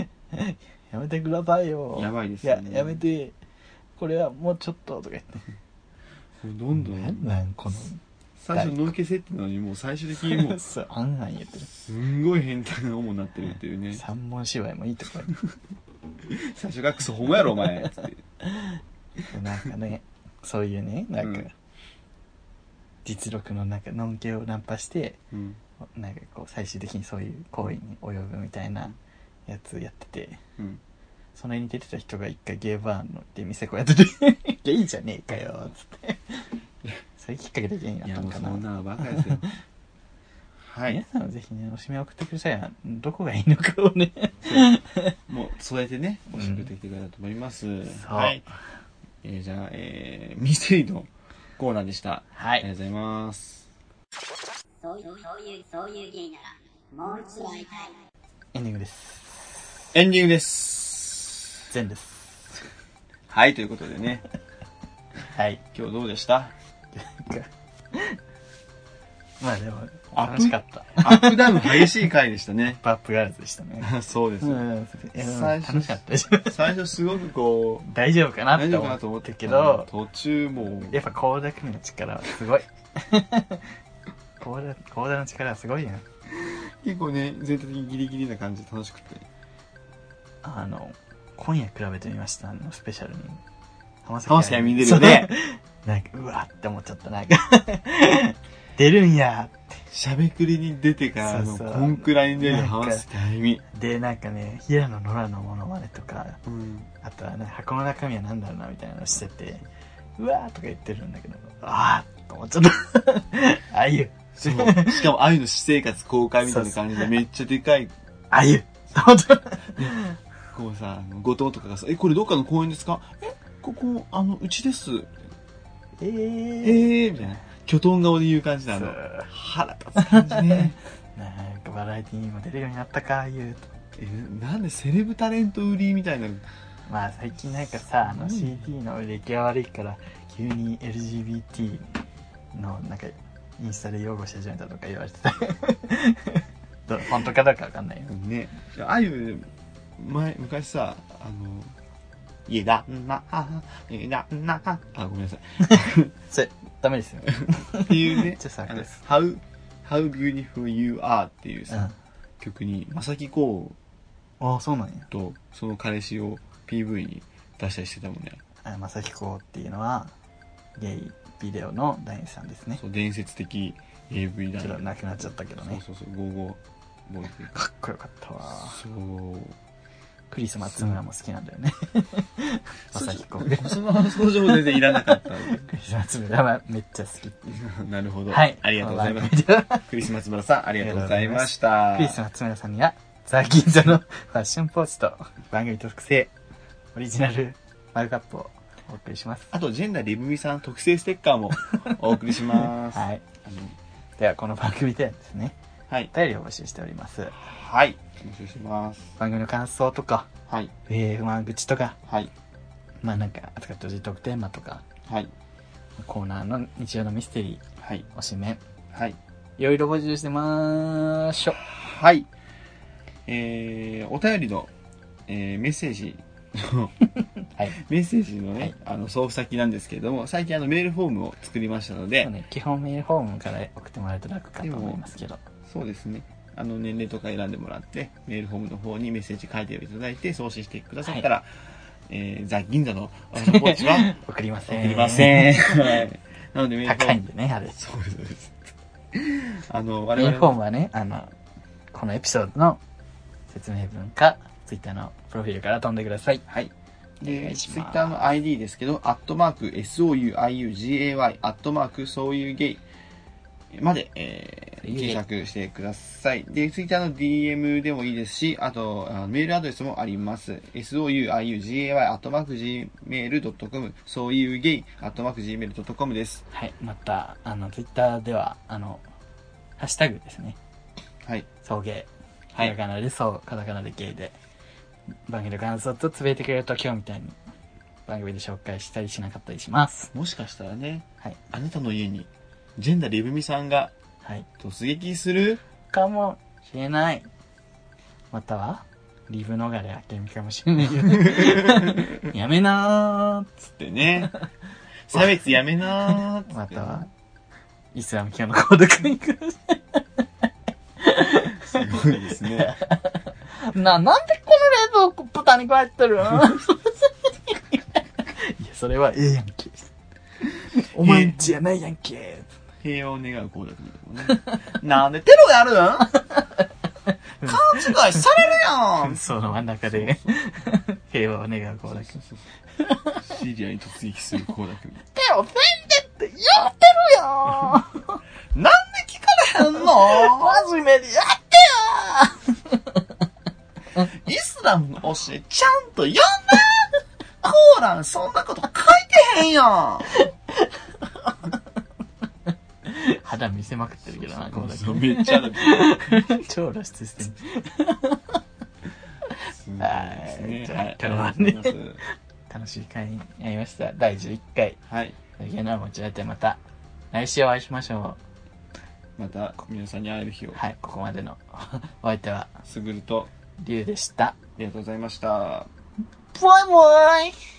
S1: やめてくださいよ
S2: あやばいです
S1: いや
S2: よ、ね、
S1: やめて、これはもうちょっととか言って。
S2: どんど
S1: なん
S2: ん
S1: なんこ
S2: 最初のんけ設定なのにもう最終的にも
S1: の、
S2: う
S1: そう、 あんあん言ってる。
S2: すんごい変態な主になってるっていうね
S1: 三文芝居もいいとこ
S2: 最初がクソホモやろお前つって
S1: に。なんかね、そういうね、なんか、
S2: うん
S1: 実力のなんか、のんけをナンパして、
S2: うん
S1: なんかこう、最終的にそういう行為に及ぶみたいなやつやってて。
S2: うん
S1: その絵に出てた人が一回ゲイバーので店こうや ってて「ゲイじゃねえかよ」つってそれきっかけでゲイにないっ
S2: や
S1: た
S2: も
S1: の
S2: う
S1: か
S2: そ
S1: な
S2: の女はバカで すよはい
S1: 皆さんもぜひねおしめ送ってくださいどこがいいのかをね
S2: もう添えてね教えてきてくれたと思います、
S1: そう
S2: はい、えー、じゃあ、えー、ミステリーのコーナーでした
S1: は
S2: ありがとうございます
S3: そういう、そういう、そういう芸なら、もう一度会いたい。
S1: エンディングです
S2: エンディングです
S1: 全です
S2: はいということでね
S1: はい
S2: 今日どうでした
S1: まあでも
S2: アップ
S1: 楽しかった
S2: アップダウン激しい回でしたね
S1: バップガールズでしたね
S2: そうで
S1: う
S2: す、
S1: んいやでも
S2: 最初
S1: 楽しかったでしょ
S2: 最初すごくこう
S1: 大丈夫かな
S2: 大
S1: って
S2: 丈夫かなと
S1: 思
S2: 思
S1: っ
S2: ったた
S1: けど
S2: 途中もう
S1: やっぱ倖田來未の力はすごい 倖田倖田の力はすごいな
S2: 結構ね全体的にギリギリな感じで楽しくて
S1: あの、今夜比べてみました、あの、スペシャルに。浜
S2: 浜崎あゆみ出るよね
S1: そう。 なんか、うわって思っちゃった、なん か。出るんや
S2: しゃべくりに出てからの
S1: そうそう
S2: こんくらいに出る浜崎あゆみ
S1: で、なんかね、平野ノラのモノマネとか、
S2: うん
S1: あとはね、箱の中身は何だろうな、みたいなのしてて、うわーとか言ってるんだけど、あーっと思っちゃった。 あゆ、
S2: そう。しかも、あゆの私生活公開みたいな感じで、めっちゃでかい、
S1: あゆと思っちゃった。
S2: こうさ、後藤とかがさ、え、これどっかの公園ですかえ、ここ、あの、うちです。
S1: えー、
S2: ええみたいな。巨トン顔で言う感じな
S1: そ
S2: の。
S1: う
S2: 腹立つ感じね。
S1: なんかバラエティにも出るようになったかいうと
S2: えなんでセレブタレント売りみたいな。
S1: まあ最近なんかさあの
S2: すごい
S1: CD の売れ行きが悪いから急に LGBT のなんかインスタで擁護し始めたとか言われてた ど本当かどうかわかんないよ
S2: ね。あゆ、前、昔さ、あの、いだな、いだな、あ、ごめんなさい。
S1: それダメですよ、、
S2: っていう ね
S1: ちょっと
S2: あ
S1: 悪
S2: の
S1: です
S2: How, How Beautiful You Are っていう
S1: う
S2: さ、
S1: ん、
S2: 曲に、まさきこ
S1: ああそうなんや
S2: うとその彼氏を PV に出したりしてたもんね。
S1: あまさひこっていうのはゲイビデオの男優さんですね
S2: そう、伝説的 AV だ
S1: ちょっとなくなっちゃったけどね
S2: そうそうそう、55ボーイズ
S1: かっこよかったわ
S2: そう。
S1: クリス松村も好きなんだよね まさひこク
S2: その想像も全然いらなかったので
S1: リス松村はめっちゃ好き
S2: なるほど。
S1: はい
S2: ありがとうござ います。
S1: す
S2: クリスマス村さん、ありがとうございました。
S1: クリス松村さんには、ザ・銀座のファッションポスト、番組特製、オリジナルマグカップをお送りします。
S2: あと、ジェンダーリブミさん特製ステッカー もお送りします。
S1: はい。
S2: あの
S1: では、この番組ではですね、
S2: はい。
S1: お便りを募集しております。
S2: はい。募集します。
S1: 番組の感想とか、
S2: はい。
S1: えー、不満口とか、
S2: はい。
S1: まあなんか、扱ってほしいトークテーマとか、
S2: はい。
S1: コーナーの日常のミステリ
S2: はい。
S1: ー、おしめ、
S2: はい。
S1: いろいろ募集してまーしょ。
S2: はい。えー、お便りの、えー、メッセージ の、
S1: はい。
S2: メッセージのね、
S1: はい
S2: あの、送付先なんですけれども、最近あの、メールフォームを作りましたの
S1: で
S2: で
S1: も、ね、基本メールフォームから送ってもらえると楽かと思いますけど。
S2: そうですね。あの、年齢とか選んでもらって、メールフォームの方にメッセージ書いていただいて、送信してくださったら、えー、ザ・銀座のあのポー チは
S1: 送りません。
S2: 送りません。はい なのでメールフォ
S1: 高い
S2: ー
S1: ん
S2: ム。
S1: でね、あれ。
S2: そうですそうです。あの、我
S1: メー
S2: 々
S1: ルフォー
S2: の
S1: ムはね、あの、このエピソードの説明文か、ツイッターのプロフィールから飛んでください。
S2: はい。
S1: お願
S2: で、
S1: いします
S2: ツイッターの ID ですけど、アットマーク、SOUIUGAY、アットマーク、そういうゲイまで、えー、
S1: そういうゲイ
S2: 検索してください。で、ツイッターの DM でもいいですし、あと、あメールアドレスもあります。SOUIUGAY、アットマーク、gmail.com、そういうゲイ、アットマーク、gmail.com です。
S1: はい。また、あの、ツイッターでは、あの、ハッシュタグですね。
S2: はい。
S1: 送迎。
S2: は
S1: はいい。カタカナでそう、カタカナでゲイで。番組の感想とつぶえてくれると今日みたいに番組で紹介したりしなかったりします。
S2: もしかしたらね、
S1: はい。
S2: あなたの家に、ジェンダーリブミさんが
S1: はい。
S2: 突撃する
S1: かもしれない。または、リブ逃れ明けみかもしれないよ。 やめな
S2: つって ね。差別やめなー っつって
S1: ー。または、イスラム教のコード会かもしれない
S2: すごいですね。
S1: な、なんでこの冷蔵庫豚に入ってるん いや、それはええやんけ。お前んちやないやんけ。
S2: 平和を願う光沢のとこね。 なんでテロやるん 勘違いされるや ん
S1: その真ん中で、平和を願う子だけ。
S2: シリアに突撃する光沢に。
S1: 手をせんでって言ってるよ
S2: なんで聞かれへんの
S1: 真面目にやってよ
S2: イスラムの教えちゃんと読んでコーランそんなこと書いてへんやん
S1: 肌見せまくってるけどな、子だ
S2: めっちゃある。
S1: け。超露出してる。
S2: すごいですね はい
S1: じゃあ
S2: ありがとうございます
S1: 楽しい会になりました。第11回、
S2: はい。
S1: ゲナーもちらってまた、来週お会いしましょ
S2: また皆さんに会える日を
S1: う。。はい、ここまでのお相手は、
S2: すぐると、
S1: リュウでした。
S2: ありがとうございました。
S1: Bye bye!